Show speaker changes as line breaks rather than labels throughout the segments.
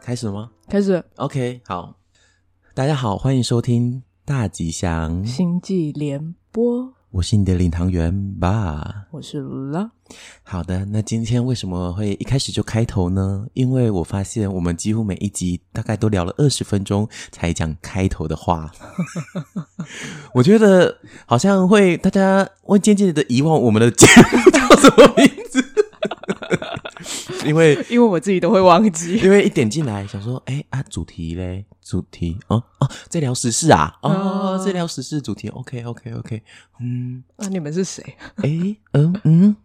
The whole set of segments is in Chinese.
开始了吗
开始《
？OK，好，大家好，欢迎收听大吉祥，
星际联播》，
我是你的领航员吧。
我是拉，
好的，那今天为什么会一开始就开头呢？因为我发现我们几乎每一集大概都聊了二十分钟才讲开头的话，我觉得好像会大家会渐渐的遗忘我们的节目叫什么名字，因为
因为我自己都会忘记。
因为一点进来想说，哎、啊，主题嘞，主题哦哦，在聊时事啊，哦，
啊
在聊时事主题，OK OK OK，嗯，
那、你们是 谁？
哎、嗯嗯。嗯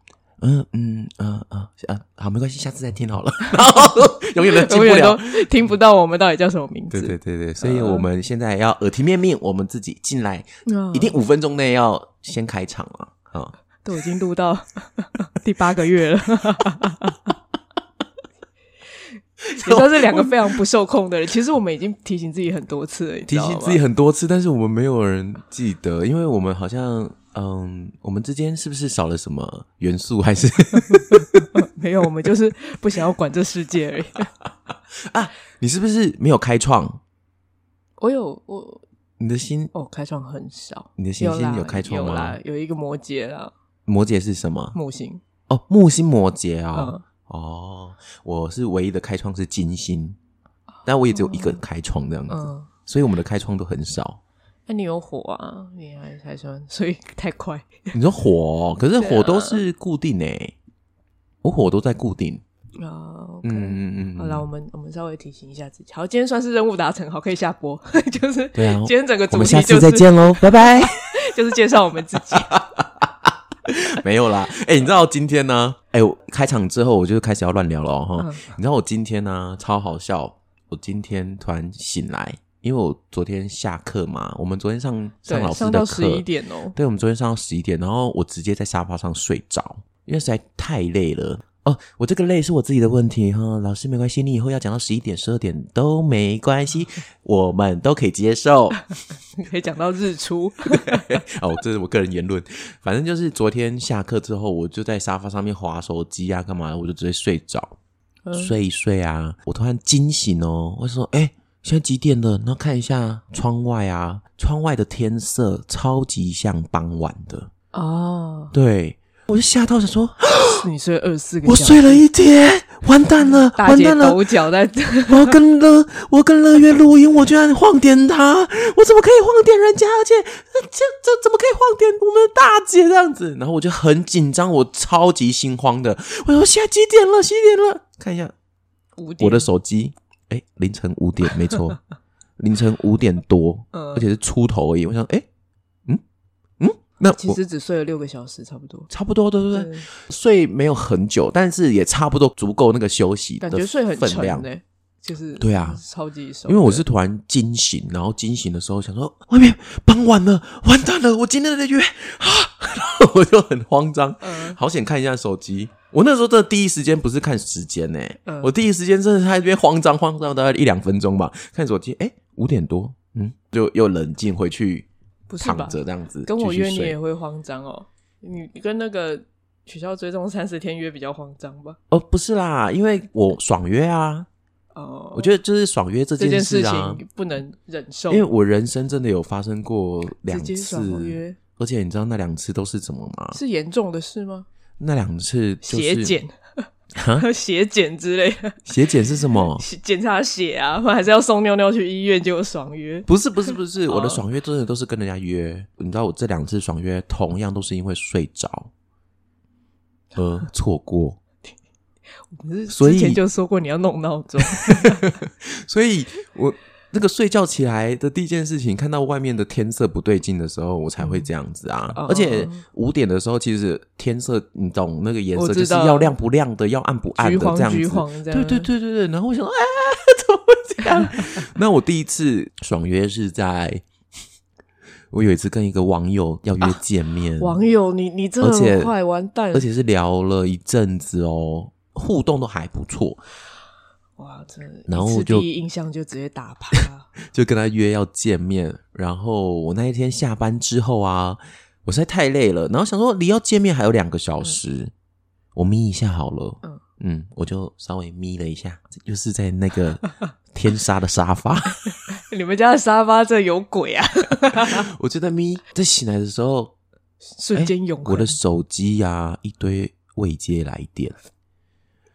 嗯嗯嗯啊，好，没关系，下次再听好了。 然后永远都进
永
不
远都
了。
听不到我们到底叫什么名
对
字。
对对对，所以我们现在要耳提面命，我们自己进来，
啊
一定五分钟内要先开场了啊。
都已经录到 第八个月 了。你算是两个非常不受控的人。其实我们已经提醒自己很多次了，你知
提
道吗
醒自己很多次，但是我们没有人记得，因为我们好像，嗯，我们之间是不是少了什么元素？还是
没有，我们就是不想要管这世 界而已。
你是不是没有开创？
我有我
你的心，
哦，开创很少。
你的行星
有啦
有开创吗
有啦，有一个摩羯啦，
摩羯是什么？
木星。
哦，木星摩羯
嗯
哦，，哦，我是唯一的开创是金星，但我也只有一个开创这样子，
哦嗯，
所以我们的开创都很少。
那、你有火啊，你还还算，所以太快。
你说火哦、可是
对
火
啊
都是固定诶、我火都在固定。
啊
嗯
，OK、
嗯嗯嗯，
好啦，我们我们稍微提醒一下自己。好，今天算是任务达成，好，可以下播。 就是
对啊
今天整个
我
主
们
题
下
就
次
是
再见喽，拜拜。
就是介绍我们自己。
没有啦，哎、你知道今天呢、哎、我开场之后我就开始要乱聊了哦哈、
嗯
你知道我今天呢、超好笑，我今天突然醒来，因为我昨天下课嘛，我们昨天上 上老
对，
师
上
的
到
课
十，一点哦、
对，我们昨天上到十一点，然后我直接在沙发上睡着，因为实在太累了。哦，我这个累是我自己的问题哈，老师没关系，你以后要讲到十一点、十二点都没关 系，我们都可以接受。
可以讲到 日出。
哦，这是我个人言论。反正就是昨天下课之后，我就在沙发上面划手机啊，干嘛的，我就直接睡着，
嗯
睡一睡啊。我突然惊醒哦，我说：“哎、现在几点了？”然后看一下窗外啊，窗外的天色超级像傍晚的。
哦，
对，我就吓到，想说
你睡二十四个
我
小时，
睡了一天，完蛋了，
大
完
姐
蛋了，
抖脚在
我要跟乐，我要跟乐月录音，我居然晃点他，我怎么可以晃点人家？而且呃这这怎么可以晃点我们的大姐这样子？然后我就很紧张，我超级心慌的。我说现在几点了？几点了？看一下
五点。
我的手机，哎，凌晨五点，没 错，凌晨五点多，
嗯
而且是出头而已。我想，哎，嗯嗯，那
其
我
实只睡了六个小时，差不多。
差不多，对不对？
对，
睡没有很久，但是也差不多足够那个休息的
感觉睡很
分
沉
量
呢、。就是
对啊
超级熟。
因为我是突然惊醒，然后惊醒的时候想说，外面傍晚了，完蛋了，我今天的约 啊，然后我就很慌张，
嗯
好险看一下手机。我那时候真的第一时间不是看时间呢、
嗯
我第一时间真的在那边慌张慌张，大概一两分钟吧，看手机，哎，五点多，嗯，就又冷静回去
不是
躺
吧？
着这样子，
跟我
继续
约你
睡
也会慌张哦，你跟那个取消追踪三十天约比较慌张吧？
哦，不是啦，因为我爽约啊，
哦，
我觉得就是爽约这
这
件
事
啊，
情不能忍受，
因为我人生真的有发生过两
直接爽
次，
约
而且你知道那两次都是怎么吗？
是严重的事吗？
那两次就是啊
血检。 血检之类的，？
血检是什么
血检查血啊，还是要送妞妞去医院，结果爽约。
不是不是不是，
哦
我的爽约真的都是跟人家约。你知道我这两次爽约同样都是因为睡着而错过，
你是
所以
之前就说过你要弄闹钟，
所以我那个睡觉起来的第一件事情，看到外面的天色不对劲的时候，我才会这样子啊。
嗯
而且
哦
五点的时候，其实天色你懂那个颜色，
我
就
知
是
道
要亮不亮的，要暗不暗
橘
的这
黄
样
橘
子。
黄这样。
对对，对对对，然后我想说，哎、 怎么会这 样？那我第一次爽约是在， 我有一次跟一个网友要约见面，
网友你你真的
而且
很快完蛋
而，且是聊了一阵子哦，互动都还不错，
哇，真的，
然后
一次
我就
第一印象就直接打趴。
就跟他约要见面。然后我那一天下班之后啊，我实在太累了，然后想说离要见面还有两个小时，我眯一下好了。
嗯
嗯，我就稍微眯了一下，又是在那个天杀的沙发，
你们家的沙发这有鬼啊！
我就在眯。在醒来的时候，
瞬间涌
哎我
恒
的手机呀、一堆未接来电，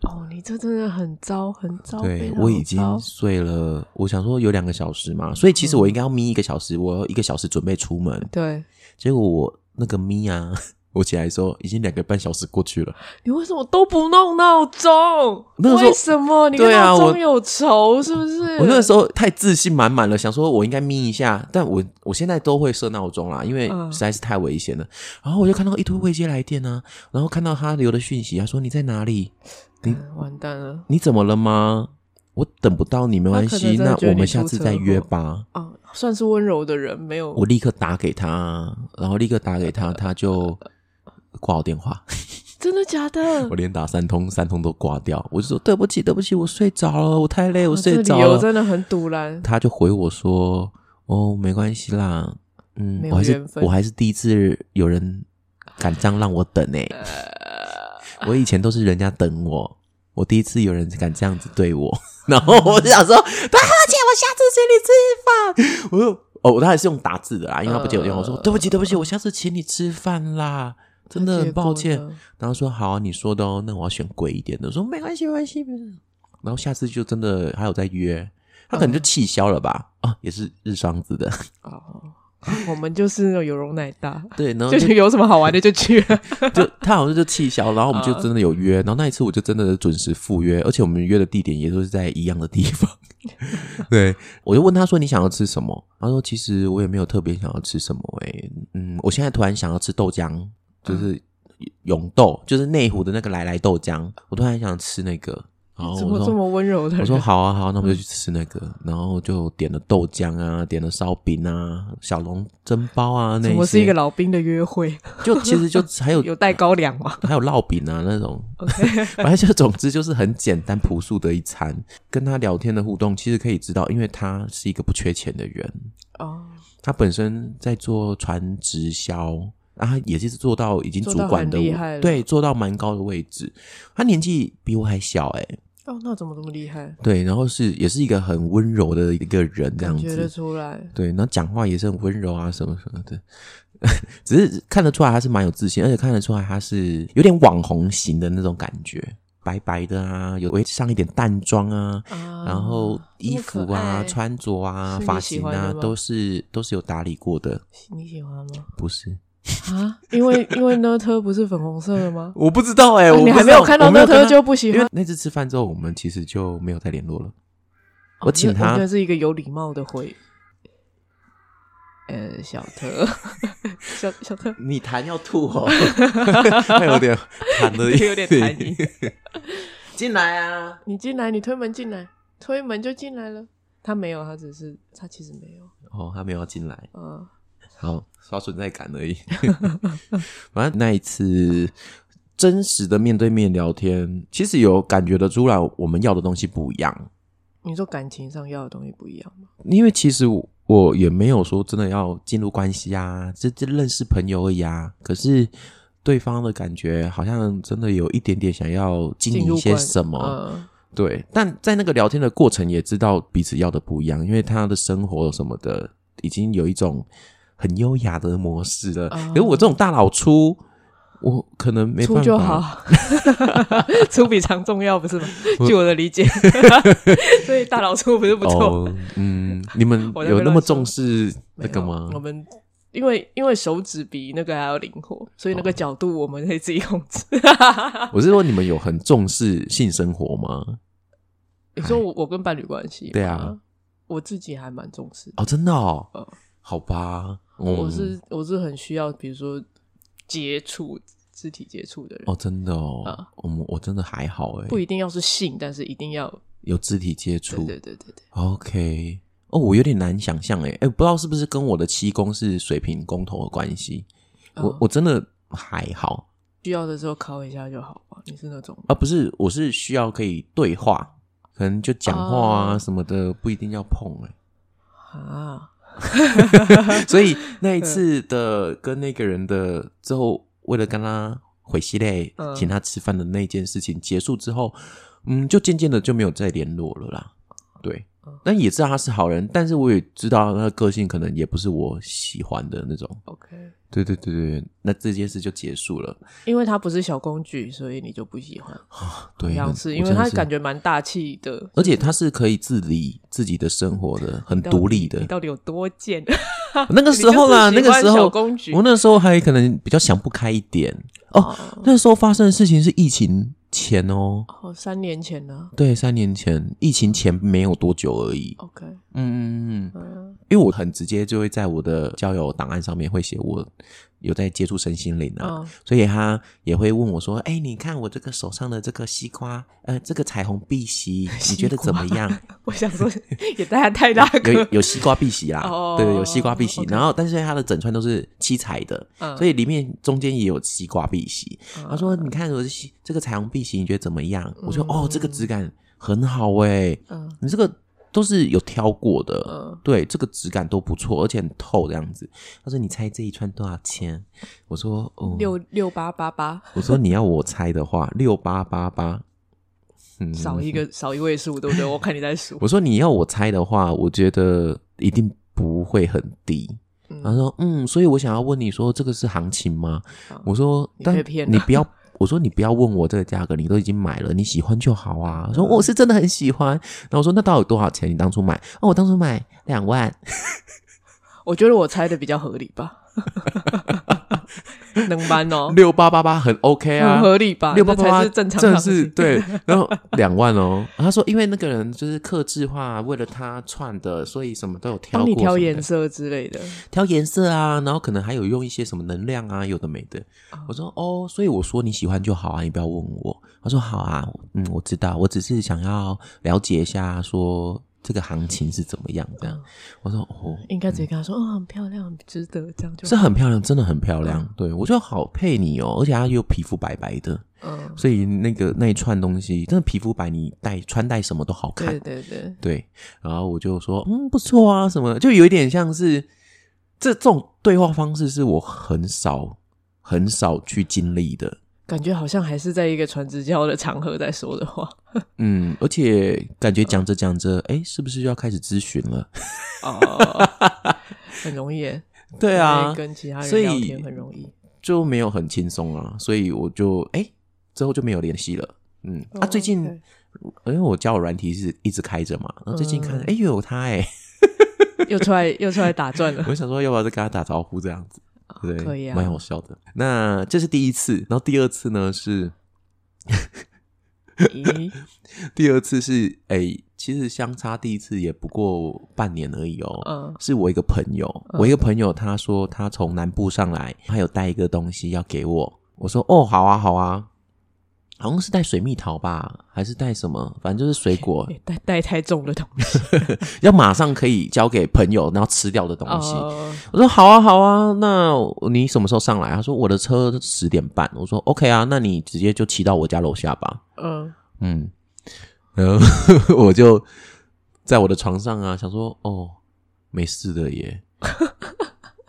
哦，你这真的很糟，很糟，非
对
常
我已
糟
经睡了，我想说有两个小时嘛，所以其实我应该要眯一个小时，我要一个小时准备出门，
对。
结果我那个眯啊， 我起来的时候已经两个半小时过去了。
你为什么都不弄闹钟？
那个时候
为什么你跟
对啊
闹
我
钟有仇是不是？
我那个时候太自信满满了，想说我应该眯一下，但我我现在都会设闹钟啦，因为
嗯
实在是太危险了。然后我就看到一堆未接来电啊，然后看到他留的讯息，他说你在哪里？
嗯完蛋了
你怎么了吗？我等不到你没关
他可能
系，
真的
那
觉
我
得
们
你
下
出
次
车
再
祸
约吧。
啊！算是温柔的人，没有
我立刻打给他，然后立刻打给 他，他就挂我电话。
真的假的
我？连打三通，三通都挂掉。我就说对不起，对不起，我睡着了，我太累，我
我
睡着
哦啊理由
了。
真的很堵然。
他就回我说：“哦，没关系啦，嗯
没，有
我还是
缘分
我还是第一次有人敢这样让我等呢、欸
呃
我以前都是人家等我，我第一次有人敢这样子对我， 然后我就 想说，对不起，我下次请你吃饭。我 说哦，他还是用打字的啦，因为他不接我电话。我说
呃
对不起，对不起，我下次请你吃饭啦，真的很抱
结
歉
果。呢
然后说好、你说的哦，那我要选贵一点的。我说没关系，没关系。没关系然后下次就真的还有再约，他可能就气消了吧？啊，也是日商子的，
哦，我们就是那种有容乃大，
对， 然后
就
就是
有什么好玩的就去了。
就他好像就气消，然后我们就
啊
真的有约，然后那一次我就真的准时赴约，而且我们约的地点也都是在一样的地 方。对，我就问他说你想要吃什么？他说其实我也没有特别想要吃什么、欸，诶，嗯，我现在突然想要吃豆浆，就是永豆，就是内湖的那个来来豆浆，我突然想吃那个。然 后
怎
哦我
么
说
这么温柔的人？
我说好啊好啊，那我们就去吃那个，然后就点了豆浆啊，点了烧饼啊，小笼蒸包啊，那
怎
一
么
些
是一个老兵的约会？
就其 实就还有
有带高粱吗？
还有烙饼啊那种 反正就总之就是很简单朴素的一餐。跟他聊天的互动，其实可以知道，因为他是一个不缺钱的人，
哦，
他本身在做船直销，啊，他也是做到已经主管的
做到很厉害，了
对，做到蛮高的位置。他年纪比我还小哎、
哦，那怎么这么厉害？
对，然后是也是一个很温柔的一个人这样
感
子，
觉得出来，
对，然后讲话也是很温柔啊，什么什么的， 只是看得出来他是蛮有自信，而且看得出来他是有点网红型的那种感觉，白白的啊，有会上一点淡妆啊，
啊
然后衣服啊、，穿着啊
是、你
发
喜
型
欢
啊
的，吗
都是都是有打理过的，
这么可爱你喜欢吗？
不是？
啊，因为因为呢特不是粉红色的吗？
我不知道 哎、
啊
我
你
不
还
知
没有
道
看
我
到
没
那
有
特
跟他
就不喜
因为
欢。
那次吃饭之后，我们其实就没有再联络了。
哦
我请
这我
他
觉得是一个有礼貌的回。呃，小特， 小小特，
你痰要吐哦， 他有 点痰的，
有点痰音。
进来啊！
你进来，你推门进来，推门就进来了。他没有，他只是他其实没有。
哦，他没有要进来。
嗯，
好，刷存在感而已。 反正那一次真实的面对面聊天，其实有感觉得出来，我们要的东西不一样。
你说感情上要的东西不一样吗？
因为其实我我也没有说真的要进入关系啊，这这认识朋友而已啊。可是对方的感觉好像真的有一点点想要经
进
营
入
一些
关
什么，
嗯
对，但在那个聊天的过程也知道彼此要的不一样，因为他的生活什么的已经有一种很优雅的模式了。
哦
可是我这种大老粗，我可能没办
出
法。哦
就好，出比长重要，不是吗？
我
据我的理解，所以大佬出不是不错。
哦，嗯，你们
我在
有那
被乱
么
说
重视
没
那个
有
吗？
我们因为因为手指比那个还要灵活，所以那个
哦
角度我们可以自己控 制。
我是说，你们有很重视性生活吗？
你说我我跟伴侣关系吗，
对啊
我自己还蛮重视的。
哦，真的哦，
呃
好吧，
我
嗯
是我是很需要，比如说接触肢体接触的人，
哦，真的哦，
啊
嗯，我真的还好哎，
不一定要是性，但是一定要
有肢体接触，
对对对对对，
OK，哦，我有点难想象诶，诶，不知道是不是跟我的七宫是水平公头的关系？我
嗯
我真的还好
需要的时候敲一下就好嘛。你是那种
啊，不是，我是需要可以对话，可能就讲话啊
哦
什么的，不一定要碰欸诶。
啊， 嗯
所以那一次的跟那个人的之后，为了跟他毁西嘞
嗯
请他吃饭的那件事情结束之后，嗯，就渐渐的就没有再联络了啦。对
嗯，
但也知道他是好人，但是我也知道他的个性可能也不是我喜欢的那种。
OK，
对对对对，对那这件事就结束了。
因为他不是小公举，所以你就不喜欢。
对，
好像
很嗯
是
我
因为
真的
他
是
感觉蛮大气的，
而且他是可以自理自己的生活的，很
到底
独立
你
的。
到底有多贱？
哦那个时候啦，
你
那个
就是喜欢
时候
小公举
我那时候还可能比较想不开一点。哦，那时候发生的事情是疫情前哦，
哦，三年前呢、
对，三年前，疫情前没有多久而已。
OK，
嗯嗯嗯，
嗯，
因为我很直接就会在我的交友档案上面会写我有在接触身心灵啊，
哦，
所以他也会问我说：“哎、你看我这个手上的这个西瓜，呃，这个彩虹碧玺，你觉得怎么 样？”
我想说也大家太大
有
个，
有西瓜碧玺啦，
哦
对，有西瓜碧玺。
OK
然后，但是它的整串都是七彩的，
嗯
所以里面中间也有西瓜碧玺。
嗯
他说：“你看我的西这个彩虹碧玺，你觉得怎么样？”我说：“哦，这个质感很好诶、
嗯
你这个都是有挑过的，
嗯
对，这个质感都不错，而且很透这样子。”他说：“你猜这一串多少钱？”我说：“哦，
六六八八八，
我说：“你要我猜的话，六八八八。”嗯
少一个少一位数，对不对？我看你在数，
我说你要我猜的话，我觉得一定不会很低。
嗯
他说：“嗯，所以我想要问你说，这个是行情吗
好？”
我说：“
哦你
但
被骗了
你不要，我说你不要问我这个价格，你都已经买了，你喜欢就好 啊。”我说：“我是真的很喜欢。”然后我说：“那到底多少钱？你当初买？”哦，我当初买两万。
我觉得我猜的比较合 理吧，能搬哦，
六八八八很 OK 啊，
很合理吧？
六八八
这才
八
是正常
真
的
的
事
是
情，
对。然后两万哦，他说因为那个人就是克制化，为了他串的，所以什么都嗯有挑
帮
过，
你挑颜色之类的，
挑颜色啊，然后可能还有用一些什么能量啊，有的没的。我说哦，所以我说你喜欢就好啊，你不要问我。他说好啊，嗯，我知道，我只是想要了解一下说这个行情是怎么样这样。我说哦，
应该直接跟他说，哦，很漂亮，很值得，这样就是
很漂亮，真的很漂亮。对我就好配你哦，而且她又皮肤白白的，
嗯，
所以那个那一串东西真的皮肤白，你戴穿戴什么都好看。
对对对，
对，然后我就说，嗯，不错啊，什么的，就有一点像是这这种对话方式，是我很少很少去经历的。
感觉好像还是在一个传直销的场合在说的话，
嗯，而且感觉讲着讲着，哎，是不是要开始咨询了？
哦，很容易耶，
对啊
因为，跟其他
所
人
以
聊天很容易。
就没有很轻松啊，所以我就哎之后就没有联系了。嗯，啊，最近、
哦
因为我交友软体是一直开着嘛，然后最近看
嗯
哎、又有他哎、
OK 又出来 又出来打转了
我，就想说要不要再跟他打招呼这样子。对，
可以啊
蛮好笑的。那这是第一次，然后第二次呢是
咦，
第二次是哎、其实相差第一次也不过半年而已哦。
嗯
是我一个朋友，我一个朋友他说他从南部上来，他有带一个东西要给我，我说哦，好啊，好啊。好像是带水蜜桃吧，还是带什么？反正就是水 果，
欸带带太重的东西，
要马上可以交给朋友，然后吃掉的东西。
哦，
我说好啊，好啊，那你什么时候上来？他说我的车十点半。我说 OK 啊，那你直接就骑到我家楼下吧。
嗯，
嗯，然后 我就在我的床上啊，想说哦，没事的耶，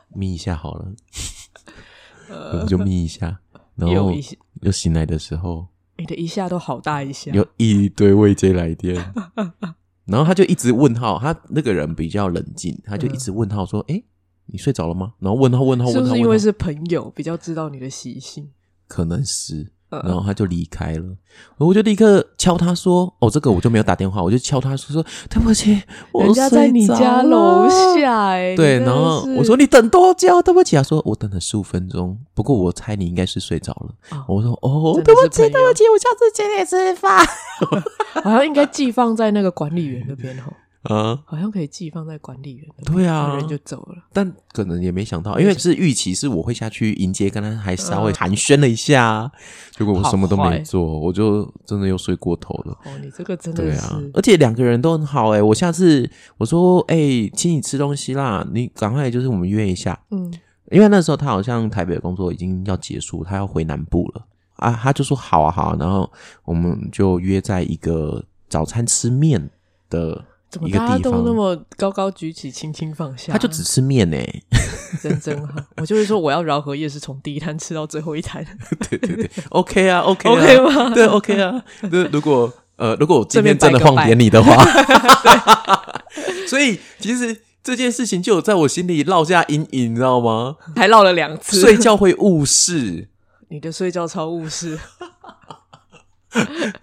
眯一下好了，我就眯一下，然
有
后
呃一些
又醒来的时候，
你的一下都好大一下，
有一堆未接来电， 然后他就一直问号，他那个人比较冷静，他就一直问号说，诶，你睡着了吗？然后问号问号
嗯是
问
不
号
是
问
因
号
为，是朋友比较知道你的习性？
可能是，
嗯
然后他就离开了，我就立刻敲他说：“哦，这个我就没有打电话，我就敲他说说对不起，我
人家在你
睡着
家
了
楼。下哎，
对，
你真的
然后
是
我说你等多久？对不起，他啊说我等了十五分钟，不过我猜你应该是睡着了。
哦
我说哦，
真的
对不
是
起，
朋友
对不起，我下次请你吃饭。
好像应该寄放在那个管理员那边哦，
啊，
好像可以寄放在管理员那边，
对
然
啊
后，人就走了。
但可能也没想到，因为是预期是我会下去迎接，跟他还稍微寒暄了一下，结果我什么都
嗯好坏
没做，我就真的又睡过头了。
哦，你这个真的
对啊
是，
而且两个人都很好哎、我下次我说哎、请你吃东西啦，你赶快就是我们约一下，
嗯，
因为那时候他好像台北的工作已经要结束，他要回南部了啊，他就说好啊好啊，然后我们就约在一个早餐吃面的
怎么
一个
大家
地
都那
方
么高高举起，轻轻放 下？
他就只吃面欸呢、
真真好，我就会说我要饶河夜市从第一摊吃到最后一摊
对对对，OK 啊，OK 啊
OK 吗
对，OK 啊。那如果呃，如果我今天真的
这边摆个
放点你的 话，所以其实这件事情就有在我心里落下阴影，你知道吗？
还绕了两次。
睡觉会误事，
你的睡觉超务 实，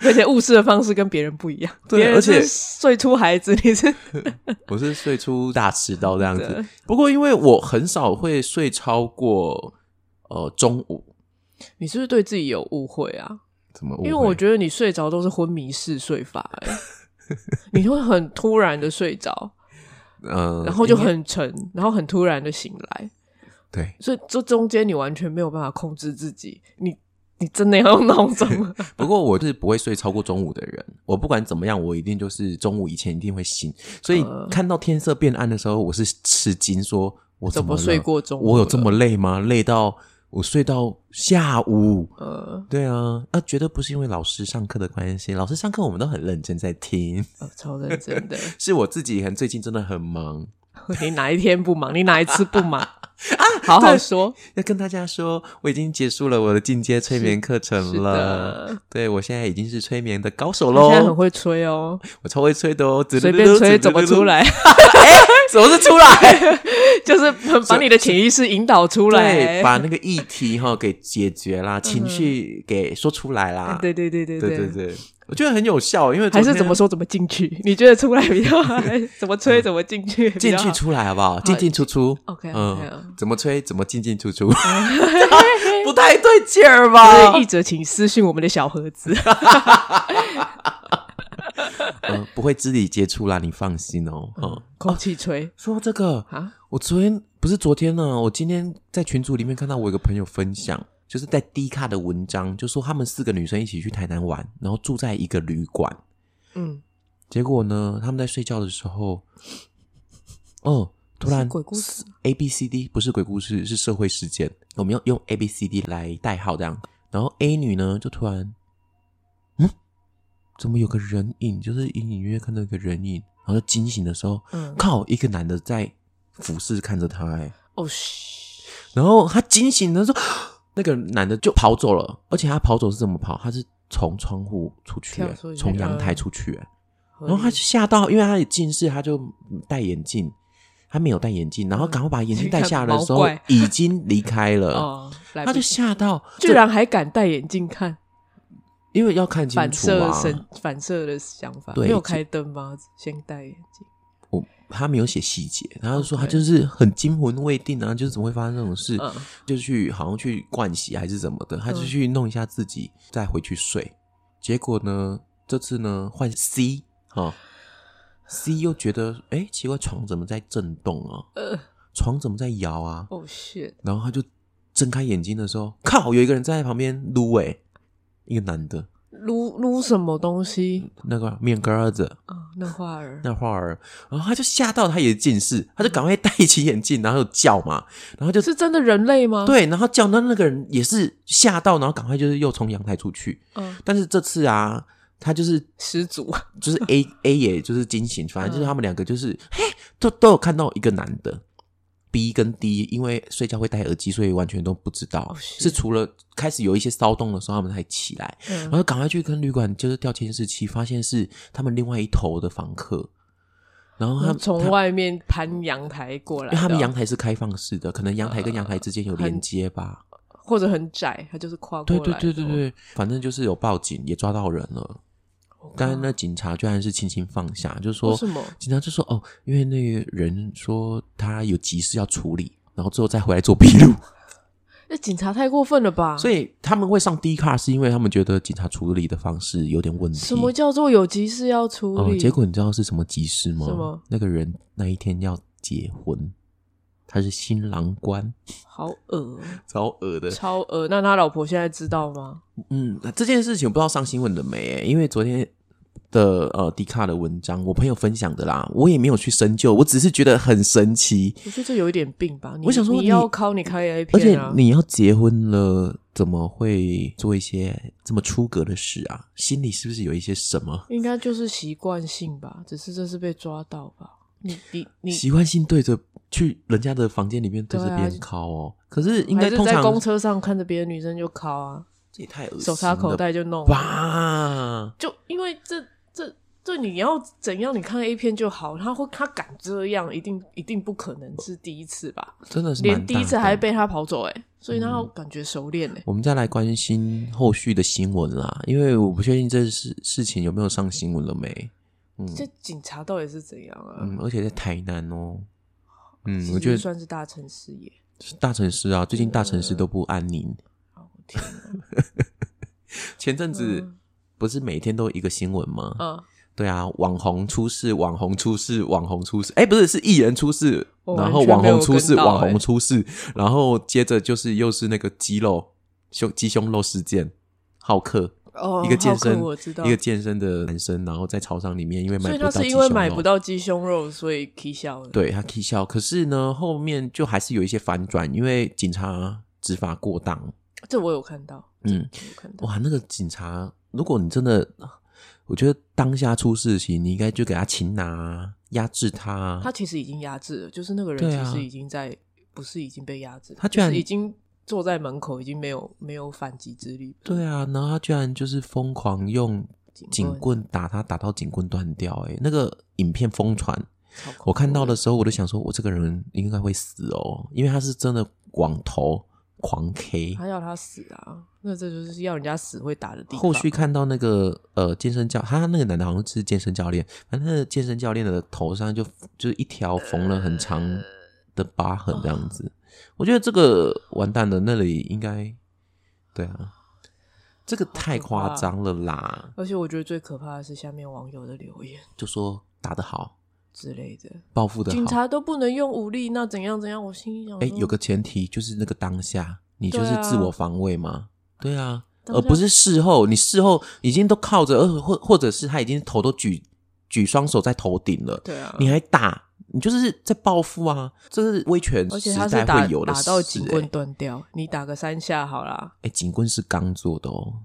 而且务实的方式跟别人不一 样。
对
别人
而且
是睡出孩子，你是
我是睡出大迟到这样子
对。
不过因为我很少会睡超过呃中午，
你是不是对自己有误会啊？
怎么误会？
因为我觉得你睡着都是昏迷式睡法、 欸，你会很突然的睡着，
呃，
然后就
应该
很沉，然后很突然的醒来，
对，
所以这中间你完全没有办法控制自己，你你真的要用闹钟吗？
不过我是不会睡超过中午的人，我不管怎么样，我一定就是中午以前一定会醒。所以
呃
看到天色变暗的时候，我是吃惊说，我
怎
么
么
了
睡过中午
我有这
了
么累吗？累到我睡到下午。
呃，
对啊，啊，绝对不是因为老师上课的关系，老师上课我们都很认真在听，
呃超认真的，
是我自己很最近真的很忙，
你哪一天不忙？你哪一次不忙？好好
对
说，
要跟大家说，我已经结束了我的进阶催眠课
是
程了。
的。
对，我现在已经是催眠的高手
你现在很
喽，
会吹哦，
我超会吹的哦，
随便吹怎么 出
来？
来，
怎么是出来？
就是把你的潜意识引导出来
对，。把那个议题哈给解决啦，情绪给说出来啦。
对对对对
啊对对对我觉得很有效，因为昨
还
天
是怎么说怎么进去？你觉得出来比较好，还是怎么吹怎么进去比
嗯进
较好？
去出来好不好？进进出出。
啊 OK，OK，
嗯
嗯，
怎么吹怎么进进出 出，不太对劲儿吧
所以？译者请私讯我们的小 盒子。
嗯，不会肢体接触啦，你放心哦。嗯，
空气吹
说到这个，
啊，
我昨天不是昨天呢，我今天在群组里面看到我有个朋友分享，就是在 D 卡的文章，就说他们四个女生一起去台南玩，然后住在一个旅馆，
嗯，
结果呢，他们在睡觉的时候，哦，突然
是鬼故事
A B C D 不是鬼故事，是社会事件。我们要用 A B C D 来代号这样。然后 A 女呢，就突然，嗯，怎么有个人影？就是隐隐约约看到一个人影，然后就惊醒的时候，
嗯
靠，一个男的在俯视看着她、哎，
哦，嘘
然后她惊醒的时候， 那个男的就跑走了，而且他跑走是怎么跑？他是从窗户出去、
跳
哎
出去
从阳台
嗯
出去、哎
合
然后他
理
就吓到，因为他也近视，他就戴眼镜，他没有戴眼镜，然后赶快把眼镜戴下来 的时候
这个毛怪，
已经离开了，
哦，来
他
不
就
及
吓到，
居然还敢戴眼镜看，
因为要看清
反
楚
射
啊，
神反射的想法，
对
没有
这
开灯吗？先戴眼镜。
我他没有写细节，然后就说他
OK
就是很惊魂未定啊，就是怎么会发生这种事，
嗯
就去好像去灌洗还是怎么的，他就
嗯
去弄一下自己，再回去睡。结果呢，这次呢换 C 哈、c 又觉得哎、诶奇怪，床怎么在震动啊？
呃，
床怎么在摇啊？
哦 shit，
然后他就睁开眼睛的时候，靠，有一个人站在旁边撸诶，一个男的，
撸撸什么东西
那个面疙瘩
啊？那花儿，
那画儿，然后他就吓到，他也近视，他就赶快戴起眼镜，然后就叫嘛，然后就是
真的人类吗？，
对，然后叫那那个人也是吓到，然后赶快就是又从阳台出去，
嗯，
但是这次啊。他就是
始祖，
就是 A A 也就是惊醒，反
嗯
正就是他们两个就是嘿都都有看到一个男的，B 跟 D 因为睡觉会戴耳机，所以完全都不知道，
哦是
是除了开始有一些骚动的时候，他们才起来，
嗯
然后赶快去跟旅馆就是调监视器，发现是他们另外一头的房客，然后他们
嗯从
他
外面攀阳台过来
因
的，啊呃
为他们阳台是开放式的，可能阳台跟阳台之间有连
很
接吧。
或者很窄，它就是跨过
对
来哦
对
的。
对对对，反正就是有报警，也抓到人了。
我靠，
但是那警察居然是轻轻放下，就说
哦为什么
警察就说哦，因为那个人说他有急事要处理，然后之后再回来做笔录。
那警察太过分了吧？
所
以
以他们会上 D 卡，是因为他们觉得警察处理的方式有点问题。
什么叫做有急事要处
哦，
理？
结果你知道是什么急事吗？
什么
那个人那一天要结婚，他是新郎官，
好恶，
超恶的。
超恶。那他老婆现在知道吗？
嗯，这件事情我不知道上新闻了没、因为昨天的呃迪卡的文章，我朋友分享的啦，我也没有去深究，我只是觉得很神奇。
我觉得这有一点病吧。你
我想说
你
你
要靠你开 A
而
片
且
啊，
你要结婚了，怎么会做一些这么出格的事啊？心里是不是有一些什么
应该就是习惯性吧，只是这是被抓到吧。你你你
习惯性对着去人家的房间里面对着
对啊
别人靠哦？可是应
还
该
是
通
在
常
公车上看着别的女生就靠啊，
这也太恶心了
手插口袋就弄啊，
吧？
就因为这这这你要怎样？你看 A 片就好，他会他敢这样，一定一定不可能是第一次吧？
真呃的是蛮
连
大
第一次还
的嗯
被他跑走哎、所以他要感觉熟练哎、
我们再来关心后续的新闻啦，因为我不确定这事事情有没有上新闻了没。嗯
这警察到底是怎样啊？
嗯，而且在台南哦，
其
嗯，
实
我觉得
算是大城市耶。
是大城市啊，最近大城市都不安宁。
啊我天 哪！
前阵子
嗯
不是每天都一个新闻吗？
啊，
对啊，网红出事，网红出事，网红出事，哎，不是是艺人出事，
我
然
完
后
全
网
没有
红出事，
跟到
网
哎
红出事，然后接着就是又是那个鸡肉胸鸡胸肉事件，好客。
哦，
一个健
浩
身
克我知道，
一个健身的男生，然后在超商里面，因为买
所以
不到
他是
鸡
因为
胸
买
肉
不到鸡胸肉，所以起笑了。，
对他 K 笑。可是呢，后面就还是有一些反转，因为警察执法过当。
这我有看到，
嗯，
我有看到。
哇，那个警察，如果你真的，我觉得当下出事情，你应该就给他擒拿、压制他。啊
他其实已经压制了，就是那个人
对啊
其实已经在，不是已经被压制了，
他居然
就是已经坐在门口，已经没有没有反击之力。
对啊，然后他居然就是疯狂用
警
警棍打他，打到警棍断掉、欸。那个影片疯传，
超恐怖
我看到的时候，我就想说，我这个人应该会死哦，因为他是真的往头狂 K。
他要他死啊，那这就是要人家死会打的地方。
后续看到那个呃健身教，他那个男的好像是健身教练，反正那个健身教练的头上就就是一条缝了很长的疤痕这样
哦
子。我觉得这个完蛋了，那里应该对啊，这个太夸张了啦！
而且我觉得最可怕的是下面网友的留言
就说打得好，
之类的，
报复的
警
好，
察嗯都不能用武力，那怎样怎样？我心里想说，
哎，有个前提就是那个当下你就是
对啊
自我防卫嘛，对啊。
当下
而不是事后，你事后已经都靠着，呃，或或者是他已经头都举举双手在头顶了，
对啊，
你还打，你就是在报复啊！这是威权
而且
时
他是
代
打
会有的
打
事、
到警
欸
棍断掉，你打个三下好啦，
哎、警棍是钢做的哦，